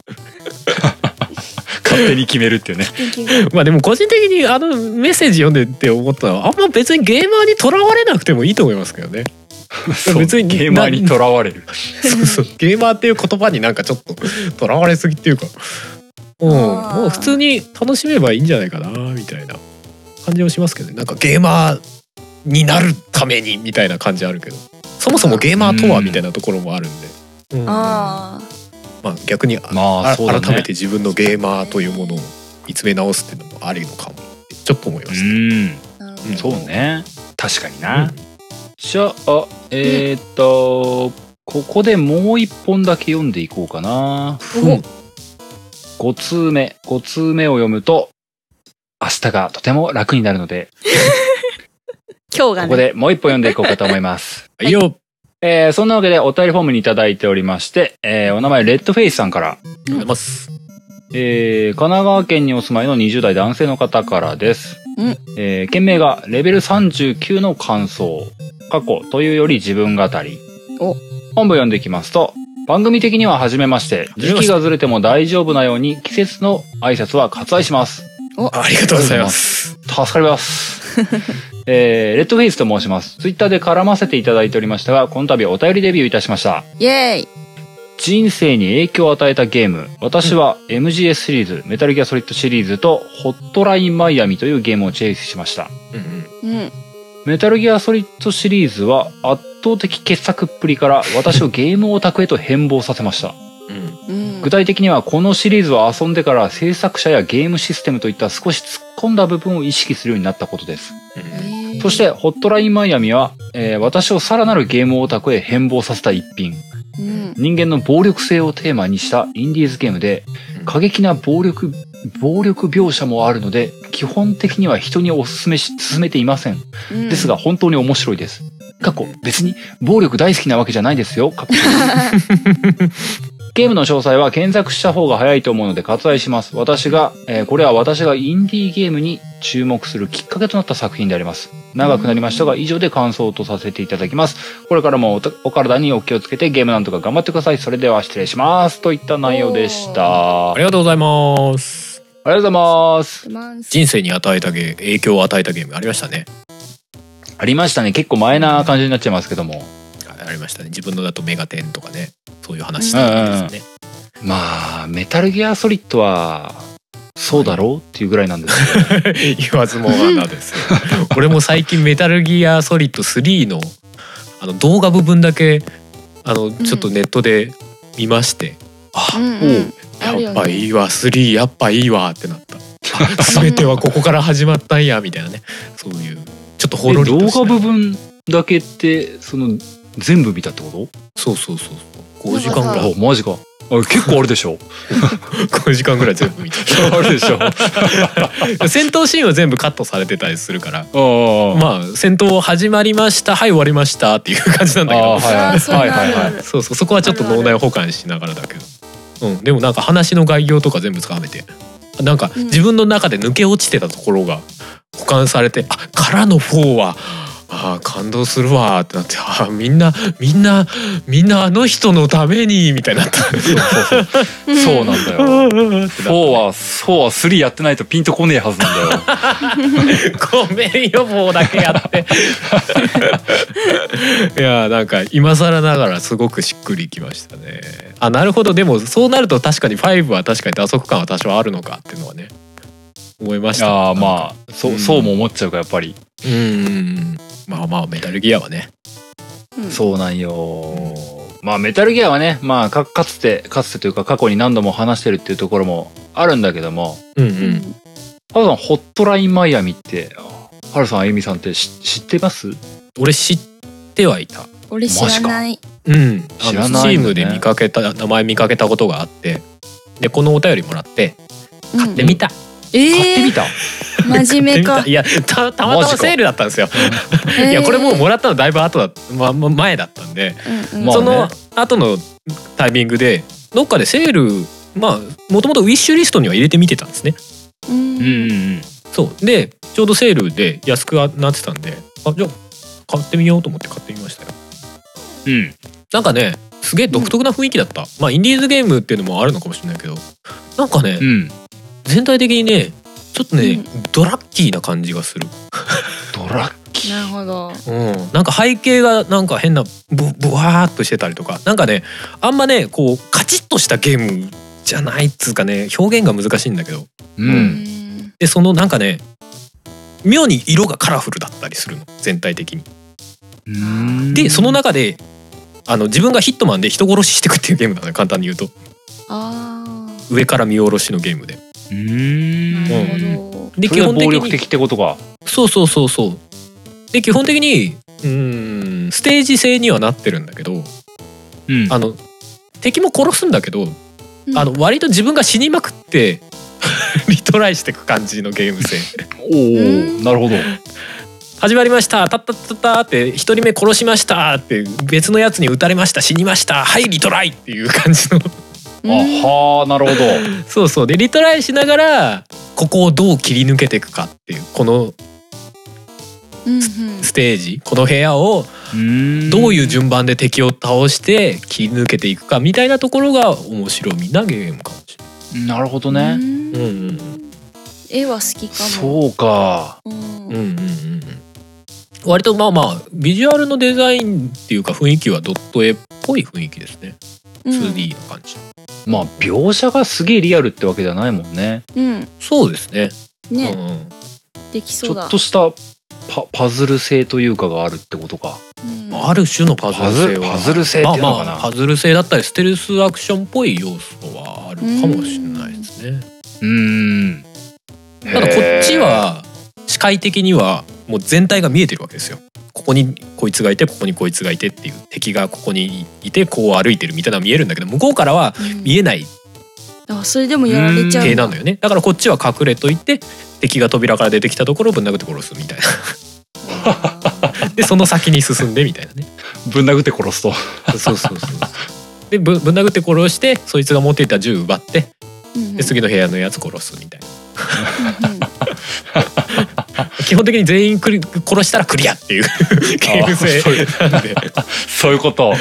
Speaker 1: 勝手に決めるっていうね。
Speaker 2: まあでも個人的にあのメッセージ読んでって思ったのはあんま別にゲーマーにとらわれなくてもいいと思いますけどね
Speaker 1: そう
Speaker 2: 別に
Speaker 1: ゲーマーにとらわれる。
Speaker 2: そう そうゲーマーっていう言葉になんかちょっととらわれすぎっていうかうん
Speaker 3: あー
Speaker 2: もう普通に楽しめばいいんじゃないかなみたいな感じもしますけどねなんかゲーマーになるためにみたいな感じあるけどそもそもゲーマーとは
Speaker 1: うん
Speaker 2: みたいなところもあるんで、うん
Speaker 3: あ
Speaker 2: まあ、逆にあ、
Speaker 1: まあ、
Speaker 2: あ
Speaker 1: そうだね。
Speaker 2: 改めて自分のゲーマーというものを見つめ直すっていうのもありのかもってちょっと思いました。
Speaker 3: あなるほ
Speaker 2: うん
Speaker 1: そうね。確かに
Speaker 2: うん
Speaker 1: な。じゃあ、えーっと、ここでもう一本だけ読んでいこうかな。
Speaker 3: ど
Speaker 2: うん
Speaker 1: 5通目。5通目を読むと、明日がとても楽になるので、
Speaker 3: 今日
Speaker 1: こ
Speaker 3: がね
Speaker 1: こでもう一本読んでいこうかと思います。
Speaker 2: いいよ
Speaker 1: えーそんなわけでお便りフォームにいただいておりまして、えーお名前レッドフェイスさんから、
Speaker 2: ありがとうございます。
Speaker 1: えー神奈川県にお住まいの20代男性の方からです。
Speaker 3: うん
Speaker 1: えー件名がレベル39の感想。過去というより自分語り。
Speaker 3: お
Speaker 1: 本部読んできますと、番組的には初めまして、
Speaker 2: 初め
Speaker 1: 時
Speaker 2: まして
Speaker 1: 期がずれても大丈夫なように季節の挨拶は割愛します。
Speaker 2: ありがとうございます。
Speaker 1: 助かります。 えーレッドフェイスと申します。ツイッターで絡ませていただいておりましたが、この度お便りデビューいたしました。
Speaker 3: イエーイ
Speaker 1: 人生に影響を与えたゲーム。私は MGS シリーズ、メタルギアソリッドシリーズとホットラインマイアミというゲームをチェイスしました。
Speaker 2: うんうん
Speaker 3: うん
Speaker 1: メタルギアソリッドシリーズは圧倒的傑作っぷりから私をゲームオタクへと変貌させました。
Speaker 2: うん
Speaker 3: うん
Speaker 1: 具体的にはこのシリーズを遊んでから制作者やゲームシステムといった少し突っ込んだ部分を意識するようになったことです。
Speaker 2: うん
Speaker 1: そして、ホットラインマイアミは、えー私をさらなるゲームオタクへ変貌させた一品。
Speaker 3: うん
Speaker 1: 人間の暴力性をテーマにしたインディーズゲームで
Speaker 2: うん、
Speaker 1: 過激な暴力、暴力描写もあるので、基本的には人にお勧めし、進めていません。
Speaker 3: うん
Speaker 1: ですが、本当に面白いです。過去、別に暴力大好きなわけじゃないですよ。過去ゲームの詳細は検索した方が早いと思うので割愛します。私が、えーこれは私がインディーゲームに注目するきっかけとなった作品であります。長くなりましたが、以上で感想とさせていただきます。これからもおたお体にお気をつけてゲームなんとか頑張ってください。それでは失礼します。といった内容でした。あ
Speaker 2: あ
Speaker 1: り
Speaker 2: りがとうございます
Speaker 1: がとうございます。
Speaker 3: ます
Speaker 2: 人生に与えたゲー影響を与えたゲームありましたね
Speaker 1: ありましたね。結構前な感じになっちゃいますけども。
Speaker 2: ありましたね自分のだとメガテンとかねそういう話したんですね、
Speaker 1: まあ、メタルギアソリッドは、そうだろうっていうぐらいなんですけど
Speaker 2: 言わずもがなですよ 俺も最近メタルギアソリッド3のあの動画部分だけあのちょっとネットで見まして、
Speaker 3: う
Speaker 2: あ、
Speaker 3: んうんある
Speaker 2: や
Speaker 3: よ
Speaker 2: っぱ
Speaker 3: ね
Speaker 2: いいわ3やっぱいいわってなったあ全てはここから始まったんやみたいなねそういうちょっとほろ
Speaker 1: え
Speaker 2: り
Speaker 1: 動
Speaker 2: とした
Speaker 1: 画部分だけって、その、全部見たってこと
Speaker 2: そうそうそうそう5時間ぐら
Speaker 1: あ
Speaker 2: い、
Speaker 1: マジか。あ結構あるでし ょ
Speaker 2: 5時間ぐらい全部見た
Speaker 1: あるでしょあ
Speaker 2: 戦闘シーンは全部カットされてたりするから
Speaker 1: あ
Speaker 2: まあ戦闘始まりましたはい終わりましたっていう感じなんだけ
Speaker 1: あ
Speaker 2: ど
Speaker 1: あはい
Speaker 3: あーそういうのあるあ
Speaker 1: はいはい
Speaker 3: る
Speaker 2: そうそうそこはちょっと脳内補完しながらだけどうんでもなんか話の概要とか全部つかめてなんか
Speaker 3: うん
Speaker 2: 自分の中で抜け落ちてたところが補完されてあからの4はあー感動するわーってなってあーみんなみんなみんなあの人のためにみたいになった。
Speaker 1: そうそうそうそうなんだよ。4
Speaker 2: 4
Speaker 1: は、そうは3やってないとピンとこねえはずなんだよ。
Speaker 2: ごめんよ棒だけやって いやーなんか今更ながらすごくしっくりきましたねあなるほどでもそうなると確かに5は確かに打足感は多少あるのかっていうのはね思いました
Speaker 1: ああ、
Speaker 2: あ
Speaker 1: まあ、そうう、
Speaker 2: ん
Speaker 1: そうも思っちゃうから、やっぱり。
Speaker 2: うんうんうんまあまあメタルギアはね
Speaker 3: うん
Speaker 1: そうなんよ。まあ、メタルギアはね、まあ、か、かつて、かつてというか、過去に何度も話してるっていうところもあるんだけども、
Speaker 2: うんう
Speaker 3: うんん
Speaker 1: ハルさん、ホットラインマイアミって、ハルさん、あゆみさんって知知ってます
Speaker 2: 俺知ってはいた
Speaker 3: 俺知らない
Speaker 2: うんあ
Speaker 1: 知
Speaker 2: の
Speaker 1: らないんだね
Speaker 2: スチームで見かけた名前見かけたことがあってでこのお便りもらって買ってみた、
Speaker 1: 買って
Speaker 3: え
Speaker 1: み
Speaker 3: え
Speaker 1: た、
Speaker 3: 真面目
Speaker 2: 買
Speaker 3: か
Speaker 2: ってみたいやたたま
Speaker 1: マ
Speaker 2: た
Speaker 1: ジか
Speaker 2: まセールだったんですよ
Speaker 3: え
Speaker 2: い
Speaker 3: え
Speaker 2: やこれもうもらったのだいぶ後だ、ま、ま前だったんで、
Speaker 3: うんうん
Speaker 1: まあ
Speaker 2: そ
Speaker 1: ね
Speaker 2: の後のタイミングでどっかでセールまあもともとウィッシュリストには入れてみてたんですね
Speaker 3: うん
Speaker 1: うんうん
Speaker 2: そうでちょうどセールで安くなってたんであじゃあ買ってみようと思って買ってみましたよ
Speaker 1: うん。うん。
Speaker 2: なんかねすげえ独特な雰囲気だった、まあインディーズゲームっていうのもあるのかもしれないけどなんかね、
Speaker 1: うん。
Speaker 2: 全体的にねちょっとね、
Speaker 3: う
Speaker 2: ドラッキーな感じがする
Speaker 1: ドラッキー。
Speaker 3: なるほど
Speaker 2: うん、なんか背景がなんか変なブブワーっとしてたりとかなんかねあんまねこうカチッとしたゲームじゃないっつうかね表現が難しいんだけど
Speaker 1: う。
Speaker 3: うんん
Speaker 2: でそのなんかね妙に色がカラフルだったりするの全体的に。
Speaker 1: うん
Speaker 2: でその、中であの自分がヒットマンで人殺ししてくっていうゲームなのよ簡単に言うと
Speaker 3: あ
Speaker 2: 上から見下ろしのゲームで。
Speaker 1: う
Speaker 3: あ
Speaker 1: ん。
Speaker 3: なるほど
Speaker 2: で
Speaker 1: それ
Speaker 2: 基
Speaker 1: が
Speaker 2: 本的
Speaker 1: 暴力
Speaker 2: に
Speaker 1: 的ってことか。
Speaker 2: そうそうそうそう。で基本的にうーんステージ制にはなってるんだけど
Speaker 1: うん
Speaker 2: あの敵も殺すんだけど
Speaker 3: うん
Speaker 2: あの割と自分が死にまくって リトライしていく感じのゲーム性
Speaker 1: お
Speaker 3: う
Speaker 1: ー
Speaker 3: ん
Speaker 1: なるほど。
Speaker 2: 始まりましたたったたったって一人目殺しましたって別のやつに撃たれました死にましたはいリトライっていう感じの
Speaker 3: うん
Speaker 1: あはーなるほど。
Speaker 2: そうそうでリトライしながらここをどう切り抜けていくかっていうこの
Speaker 3: うんうん
Speaker 2: ステージこの部屋を どういう順番で敵を倒して切り抜けていくかみたいなところが面白みなゲームかもしれ
Speaker 1: なるほど
Speaker 3: う
Speaker 1: ね。
Speaker 3: ん
Speaker 2: ない。うんうん
Speaker 3: 絵は好きかも
Speaker 1: そうか。
Speaker 3: うん
Speaker 2: うんうんうんうん割とまあまあビジュアルのデザインっていうか雰囲気はドット絵っぽい雰囲気ですね、
Speaker 3: うん
Speaker 2: 2D な感じ
Speaker 1: まあ描写がすげえリアルってわけじゃないもんね。
Speaker 3: うん
Speaker 2: そうですね
Speaker 3: ね
Speaker 2: うんうん、
Speaker 3: でき
Speaker 1: ち
Speaker 3: そ
Speaker 1: ょ
Speaker 3: うだ
Speaker 1: っとしたパパズル性というかがあるってことか。
Speaker 3: うん
Speaker 2: ある種のパズル性は
Speaker 1: パズルパズル性っていうのかな
Speaker 2: まあまあパズル性だったりステルスアクションっぽい要素はあるかもしれないですね
Speaker 1: うーん。
Speaker 2: ただこっちは視界的にはもう全体が見えてるわけですよここにこいつがいてここにこいつがいてっていう敵がここにいてこう歩いてるみたいなのが見えるんだけど向こうからは
Speaker 3: うん
Speaker 2: 見えない
Speaker 3: あそれでもやられちゃ
Speaker 2: 系
Speaker 3: う
Speaker 2: なのよねだからこっちは隠れといて敵が扉から出てきたところをぶん殴って殺すみたいなでその先に進んでみたいなね
Speaker 1: ぶん殴って殺すと。
Speaker 2: そうそうそうでぶぶん殴って殺してそいつが持っていた銃奪って
Speaker 3: うんうん
Speaker 2: で次の部屋のやつ殺すみたいな
Speaker 3: うん うん
Speaker 2: 基本的に全員クリ殺したらクリアっていう ゲーム
Speaker 1: そうい
Speaker 2: 性
Speaker 1: う
Speaker 2: なんで
Speaker 1: そういうこと。
Speaker 3: ね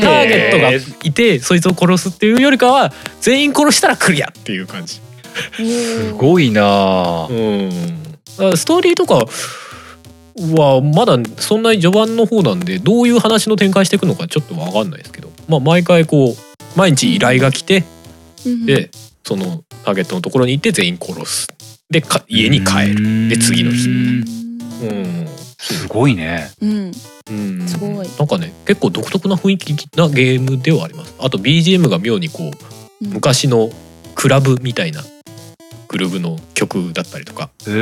Speaker 2: ターゲットが
Speaker 1: え
Speaker 2: いてそいつを殺すっていうよりかは全員殺したらクリアっていう感じ
Speaker 1: す
Speaker 3: い。
Speaker 1: ごいなあ
Speaker 2: うんストーリーとかはまだそんなに序盤の方なんでどういう話の展開していくのかちょっと分かんないですけど、まあ、毎回こう毎日依頼が来て
Speaker 3: うん
Speaker 2: で、そのターゲットのところに行って全員殺すでか家に帰る
Speaker 1: る
Speaker 2: で次の日
Speaker 3: う
Speaker 2: うん、
Speaker 1: すごいね。
Speaker 3: んうん。
Speaker 2: うん、
Speaker 3: すごい
Speaker 2: なんかね結構独特な雰囲気なゲームではありますあと BGM が妙にこう
Speaker 3: うん
Speaker 2: 昔のクラブみたいなグルーブの曲だったりとか、
Speaker 1: へ
Speaker 2: 要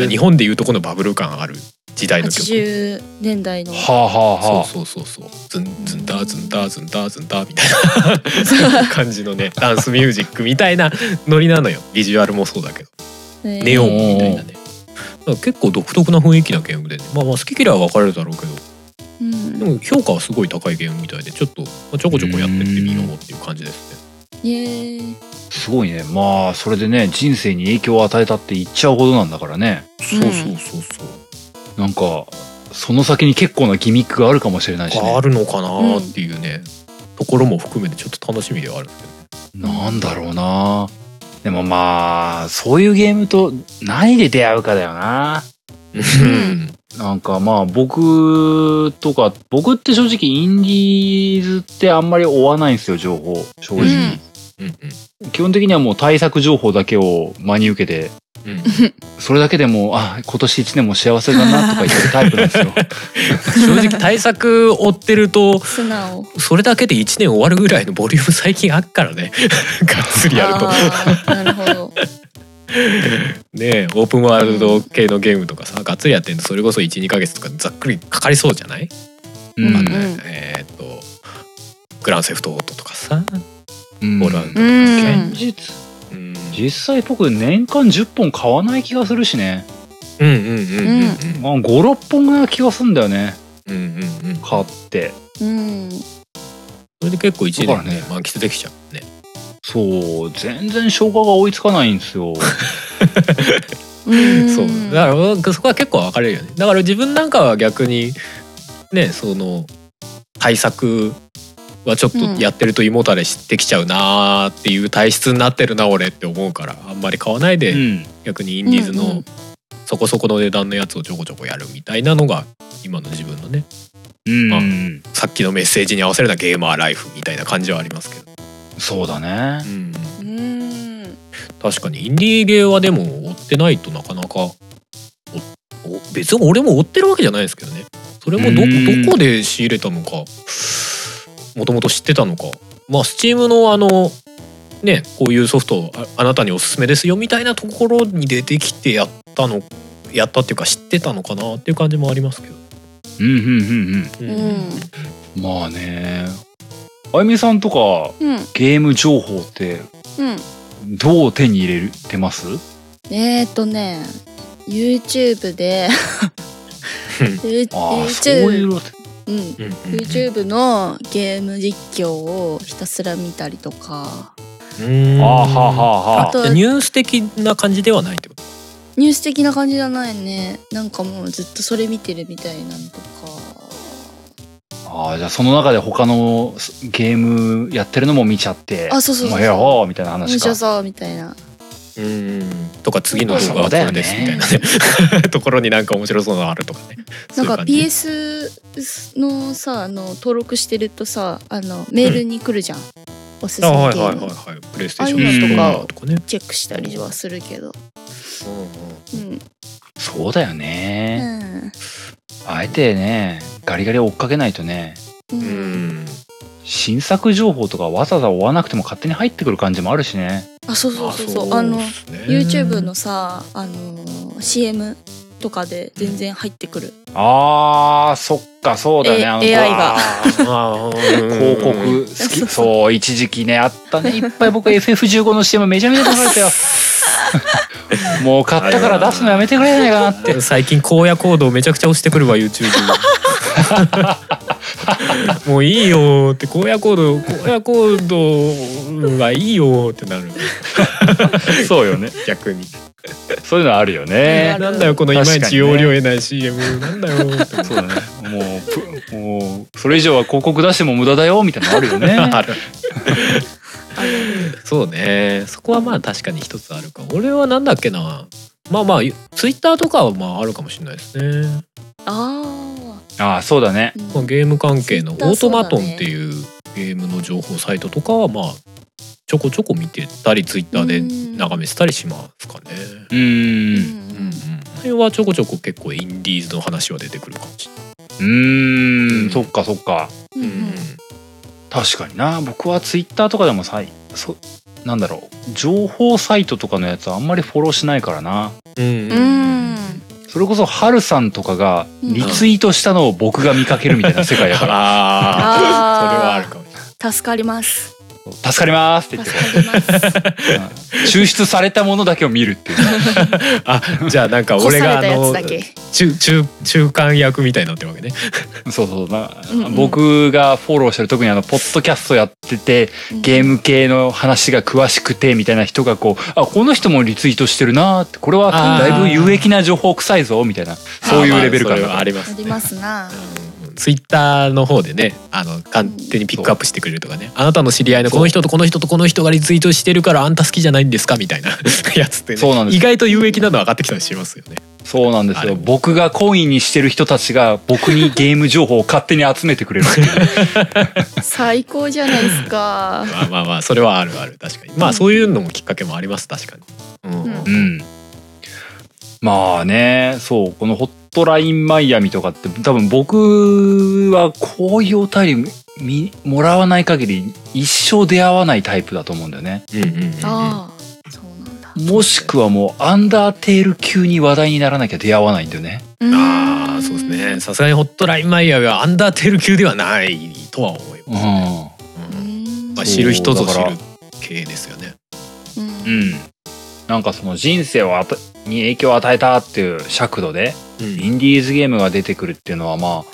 Speaker 2: は
Speaker 1: え
Speaker 2: 日。本でいうとこのバブル感ある時代の曲
Speaker 3: 80年代の。
Speaker 1: はあはあはあ。
Speaker 2: そうそうそうそうズンズンダーズンダーズンダーズンダーみた いな感じのねダンスミュージックみたいなノリなのよビジュアルもそうだけど
Speaker 3: ね
Speaker 2: ネオンみたいなねだから結構独特な雰囲気なゲームでね、まあ、まあ好き嫌いは分かれるだろうけど
Speaker 3: うん
Speaker 2: でも評価はすごい高いゲームみたいでちょっとまあちょこちょこやってってみようっていう感じですね。
Speaker 3: イエーイ
Speaker 1: すごいね。まあ、それでね、人生に影響を与えたって言っちゃうほどなんだからね。
Speaker 2: そうそうそうそう
Speaker 1: なんか、その先に結構なギミックがあるかもしれないし
Speaker 2: あ
Speaker 1: ね。
Speaker 2: るのかなっていうね、ところも含めてちょっと楽しみではあるんですけどね
Speaker 1: なんだろうな。でもまあ、そういうゲームと何で出会うかだよな。
Speaker 3: ん
Speaker 1: なんかまあ僕とか、僕って正直インディーズってあんまり追わないんですよ、情報。正
Speaker 2: う
Speaker 1: 直。
Speaker 3: ん
Speaker 2: うん
Speaker 1: 基本的にはもう対策情報だけを真に受けて、
Speaker 2: うんうん
Speaker 1: それだけでもう、あ、今年一年も幸せだなとか言ってるタイプなんですよ。
Speaker 2: 正直対策追ってると
Speaker 3: 素直。
Speaker 2: それだけで1年終わるぐらいのボリューム最近あっからね がっつりやると
Speaker 3: あーなるほど。
Speaker 2: ねオープンワールド系のゲームとかさがっつりやってるとそれこそ12ヶ月とかざっくりかかりそうじゃない、
Speaker 1: う
Speaker 3: うん
Speaker 1: ん。
Speaker 2: えーっとグランセフトオートとかさ、
Speaker 1: うん
Speaker 2: ボラン
Speaker 3: う
Speaker 1: 現
Speaker 3: ん。
Speaker 1: 実
Speaker 2: うん、
Speaker 1: 実際僕年間10本買わない気がするしね、
Speaker 2: うんうんうんうん
Speaker 1: まあ、56本ぐらいな気がするんだよね
Speaker 2: うんうんうんうん
Speaker 1: 買って
Speaker 3: うん。
Speaker 2: それで結構1
Speaker 1: だから
Speaker 2: 年ね
Speaker 1: ね
Speaker 2: 満喫できちゃうね
Speaker 1: そう全然消化が追いつかないん ですよ
Speaker 3: うん
Speaker 2: そうだからそこは結構分かれるよねだから自分なんかは逆にねその対策はちょっと
Speaker 3: うん
Speaker 2: やってると胃もたれしてきちゃうなーっていう体質になってるな俺って思うからあんまり買わないうで
Speaker 1: ん
Speaker 2: 逆にインディーズ
Speaker 3: うんう
Speaker 2: の
Speaker 3: ん
Speaker 2: そこそこの値段のやつをちょこちょこやるみたいなのが今の自分のね
Speaker 1: うん、
Speaker 2: まさっきのメッセージに合わせるようなゲーマーライフみたいな感じはありますけど、
Speaker 1: そうだね
Speaker 2: うん、
Speaker 3: うん。
Speaker 2: 確かにインディーゲーはでも追ってないとなかなかおお別に俺も追ってるわけじゃないですけどねそれもど
Speaker 1: うん
Speaker 2: どこで仕入れたのかもともと知ってたのかまあ Steam のあのねこういうソフトああなたにおすすめですよみたいなところに出てきてやったのやったっていうか知ってたのかなっていう感じもありますけ
Speaker 1: う
Speaker 2: ど、
Speaker 1: んうんうん
Speaker 2: う
Speaker 3: うんん。
Speaker 1: うんまあねあゆみさんとか
Speaker 3: うん。
Speaker 1: ゲーム情報って
Speaker 3: うん。
Speaker 1: どう手に入れるてます
Speaker 3: えー、っとね、YouTube で You-
Speaker 1: ああそういうのっ
Speaker 3: YouTube
Speaker 1: て
Speaker 3: うん
Speaker 2: うん
Speaker 3: YouTube のゲーム実況をひたすら見たりとか、
Speaker 2: うん
Speaker 1: ああはあはあは
Speaker 2: あじゃあニュース的な感じではないってこと
Speaker 3: ニュース的な感じじゃないね。なんかもうずっとそれ見てるみたいなのとか。
Speaker 1: ああじゃあその中で他のゲームやってるのも見ちゃって
Speaker 3: あそうそうそう
Speaker 1: まあやろうみたいな
Speaker 3: 面
Speaker 1: 話か
Speaker 3: 白そうみたいな。
Speaker 2: うんとか次の動画
Speaker 1: そ
Speaker 2: は
Speaker 1: う
Speaker 2: こ
Speaker 1: だよ
Speaker 2: れ
Speaker 1: ね
Speaker 2: です みたいなねところになんか面白そうなのあるとかね
Speaker 3: なんか
Speaker 2: そういう感じ
Speaker 3: PS のさあの登録してるとさあのメールに来るじゃん、おすすめ
Speaker 2: あはい
Speaker 3: ゲ
Speaker 2: はいはい
Speaker 3: ーム
Speaker 2: はいプレイステーション
Speaker 1: ああいう
Speaker 2: の
Speaker 1: の
Speaker 2: とかとかね
Speaker 3: チェックしたりはするけど、
Speaker 2: うんうん
Speaker 3: うん
Speaker 1: そうだよ
Speaker 3: う
Speaker 1: ね、
Speaker 3: ん
Speaker 1: あえてねガリガリ追っかけないとね
Speaker 3: う、
Speaker 2: うんん
Speaker 1: 新作情報とかわざわざ追わなくても勝手に入ってくる感じもあるしね
Speaker 3: あそうそうそうそうあの YouTube のさあの CM とかで全然入ってくる、
Speaker 1: あーそっかそうだね、
Speaker 3: A-
Speaker 1: あの
Speaker 3: AI が
Speaker 1: わー広
Speaker 2: 広
Speaker 1: 告好きそう一時期ねあったねいっぱい僕 FF15 の CM めちゃめちゃ流れたよもう買ったから出すのやめてくれないかなって
Speaker 2: 最近荒野行動めちゃくちゃ押してくるわ YouTube もういいよーって荒野行動荒野行動がいいよーってなる
Speaker 1: そうよね。
Speaker 2: 逆に、
Speaker 1: そういうのあるよね。
Speaker 2: なんだよこのいまいち容量得ない CM、なんだよーって
Speaker 1: そうだね。もうぷ、もう、それ以上は広告出しても無駄だよ、みたいなのあるよね。
Speaker 2: あるそうねそこはまあ確かに一つあるか俺はなんだっけなまあまあツイッターとかはまああるかもしれないですね
Speaker 3: あ
Speaker 1: ああ、そうだね。
Speaker 3: ー、
Speaker 2: こ
Speaker 3: う
Speaker 2: の
Speaker 3: ん、
Speaker 2: ゲーム関係のオ
Speaker 3: Twitter
Speaker 2: ートマトンっ
Speaker 3: そうだね
Speaker 2: ていうゲームの情報サイトとかはまあちょこちょこ見てたりツイッターで眺めてたりしますかね
Speaker 1: うー
Speaker 3: う
Speaker 1: ん。
Speaker 2: うん
Speaker 3: ん
Speaker 2: それはちょこちょこ結構インディーズの話は出てくるかもしれないう
Speaker 1: ーん、そっかそっか。
Speaker 3: うんうん
Speaker 1: 確かにな。僕はツイッターとかでもさい、そ、なんだろう。情報サイトとかのやつあんまりフォローしないからな。
Speaker 2: うん
Speaker 3: うん
Speaker 1: それこそ、ハルさんとかが
Speaker 3: うん
Speaker 1: リツイートしたのを僕が見かけるみたいな世界だから。
Speaker 2: ああそれはあ
Speaker 3: あ
Speaker 2: るかもしれない
Speaker 3: あ助かります
Speaker 1: 助かりますって言
Speaker 3: 助
Speaker 1: って
Speaker 3: かります
Speaker 1: うん抽出されたものだけを見るっていうね。
Speaker 2: あじゃあなんか
Speaker 3: 干
Speaker 2: 俺
Speaker 3: さ
Speaker 2: があ
Speaker 3: れたやつ
Speaker 2: の
Speaker 3: だけ
Speaker 2: 中中中間役みたいになってるわけね
Speaker 1: そうそうな、
Speaker 3: うんうん
Speaker 1: 僕がフォローしてる特にあのポッドキャストやっててゲーム系の話が詳しくてみたいな人がこうあこの人もリツイートしてるなーってこれは
Speaker 2: あ
Speaker 1: だ
Speaker 2: ー
Speaker 1: いぶ有益な情報臭いぞみたいなそういうレベル感
Speaker 2: あまあそれ
Speaker 1: が
Speaker 2: はありま
Speaker 3: あ
Speaker 2: す
Speaker 3: り
Speaker 2: ね
Speaker 3: ますな
Speaker 2: ツイッターの方でねあの勝手にピックアップしてくれるとかねあなたの知り合いのこの人とこの人とこの人がリツイートしてるからあんた好きじゃないんですかみたいな やつって、ね、
Speaker 1: そうなんです
Speaker 2: 意外と有益なの上がってきたりしますよね。
Speaker 1: そうなんです
Speaker 2: あれ
Speaker 1: よ僕が懇意にしてる人たちが僕にゲーム情報を勝手に集めてくれるっていう
Speaker 3: 最高じゃないですか
Speaker 2: まあまあまあそれはあるある確かにまあそういうのもきっかけもあります確かに。うん
Speaker 3: うん
Speaker 1: うんまあねそうこのホットラインマイアミとかって多分僕はこういうお便りみもらわない限り一生出会わないタイプだと思うんだよね
Speaker 2: うんうんうんうん
Speaker 3: ああそうなんだ
Speaker 1: もしくはもうアンダーテール級に話題にならなきゃ出会わないんだよね。
Speaker 2: あーそうですねさすがにホットラインマイヤーはアンダーテール級ではないとは思いますね、
Speaker 3: う
Speaker 2: うん
Speaker 3: ん
Speaker 2: まあ、知る人ぞ知
Speaker 1: そうだか
Speaker 2: る
Speaker 1: ら
Speaker 2: 系ですよね。
Speaker 3: うん
Speaker 1: うん。なんかその人生をあたに影響を与えたっていう尺度で
Speaker 2: うん
Speaker 1: インディーズゲームが出てくるっていうのはまあ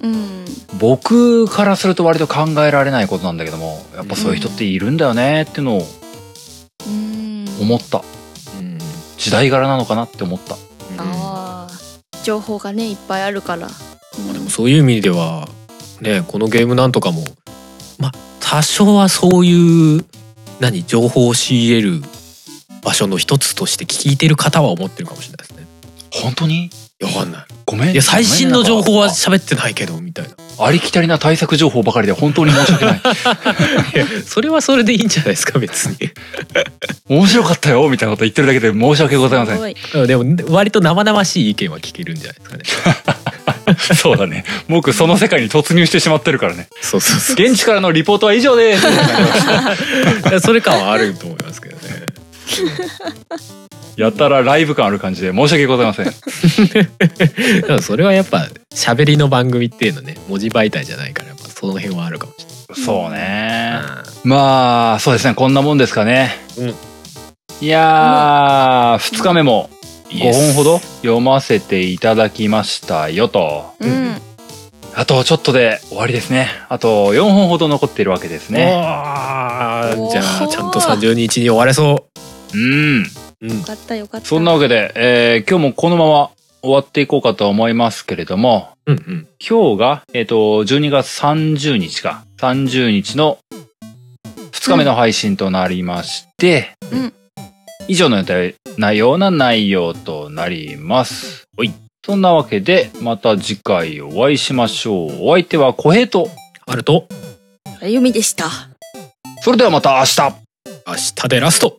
Speaker 3: うん
Speaker 1: 僕からすると割と考えられないことなんだけどもやっぱそういう人っているんだよねっていうのを
Speaker 3: うん
Speaker 1: 思った
Speaker 2: うん
Speaker 1: 時代柄なのかなって思った
Speaker 3: ああ情報がねいっぱいあるから
Speaker 2: まあでもそういう意味ではねこのゲームなんとかもまあ多少はそういう何情報を仕入れる場所の一つとして聞いてる方は思ってるかもしれないですね。
Speaker 1: 本当に
Speaker 2: いやわかんない。
Speaker 1: ごめん
Speaker 2: いや最新の情報は
Speaker 1: ごめんなんか
Speaker 2: 喋ってないけどみたいな。
Speaker 1: ありきたりな対策情報ばかりで本当に申し訳ない
Speaker 2: いやそれはそれでいいんじゃないですか別に。
Speaker 1: 面白かったよみたいなこと言ってるだけで申し訳ございません
Speaker 3: すごい
Speaker 2: うん でも割と生々しい意見は聞けるんじゃないですかね。
Speaker 1: そうだね。僕、その世界に突入してしまってるからね。
Speaker 2: そうそうそ
Speaker 1: 現地からのリポートは以上 です。
Speaker 2: う。 それ感はあると思いますけどね。
Speaker 1: やたらライブ感ある感じで申し訳ございません。
Speaker 2: でもそれはやっぱ喋りの番組っていうのね文字媒体じゃないからやっぱその辺はあるかもし
Speaker 1: そう
Speaker 2: れ
Speaker 1: ね。
Speaker 2: ない。
Speaker 1: まあ、そうですね。こんなもんですかね。
Speaker 2: うん
Speaker 1: いやー、2日目も
Speaker 2: イエ
Speaker 1: 5
Speaker 2: ス
Speaker 1: 本ほど読ませていただきましたよと。
Speaker 3: うん
Speaker 1: あとちょっとで終わりですね。あと4本ほど残っているわけですね。
Speaker 2: ね
Speaker 3: おー
Speaker 2: じゃあちゃんと30日に終われそ
Speaker 1: うん。
Speaker 2: う。うん
Speaker 3: よ。かったよかった
Speaker 1: そんなわけで、えー今日もこのまま終わっていこうかと思いますけれども、
Speaker 2: うんうん。
Speaker 1: 今日が、えっ、と、12月30日か。30日の2日目の配信となりまして、
Speaker 3: うん
Speaker 1: 以上の予定内容な内容となります。はい。そんなわけで、また次回お会いしましょう。お相手は小平と、
Speaker 2: あると
Speaker 3: あゆみでした
Speaker 1: それではまた明日
Speaker 2: 明日でラスト。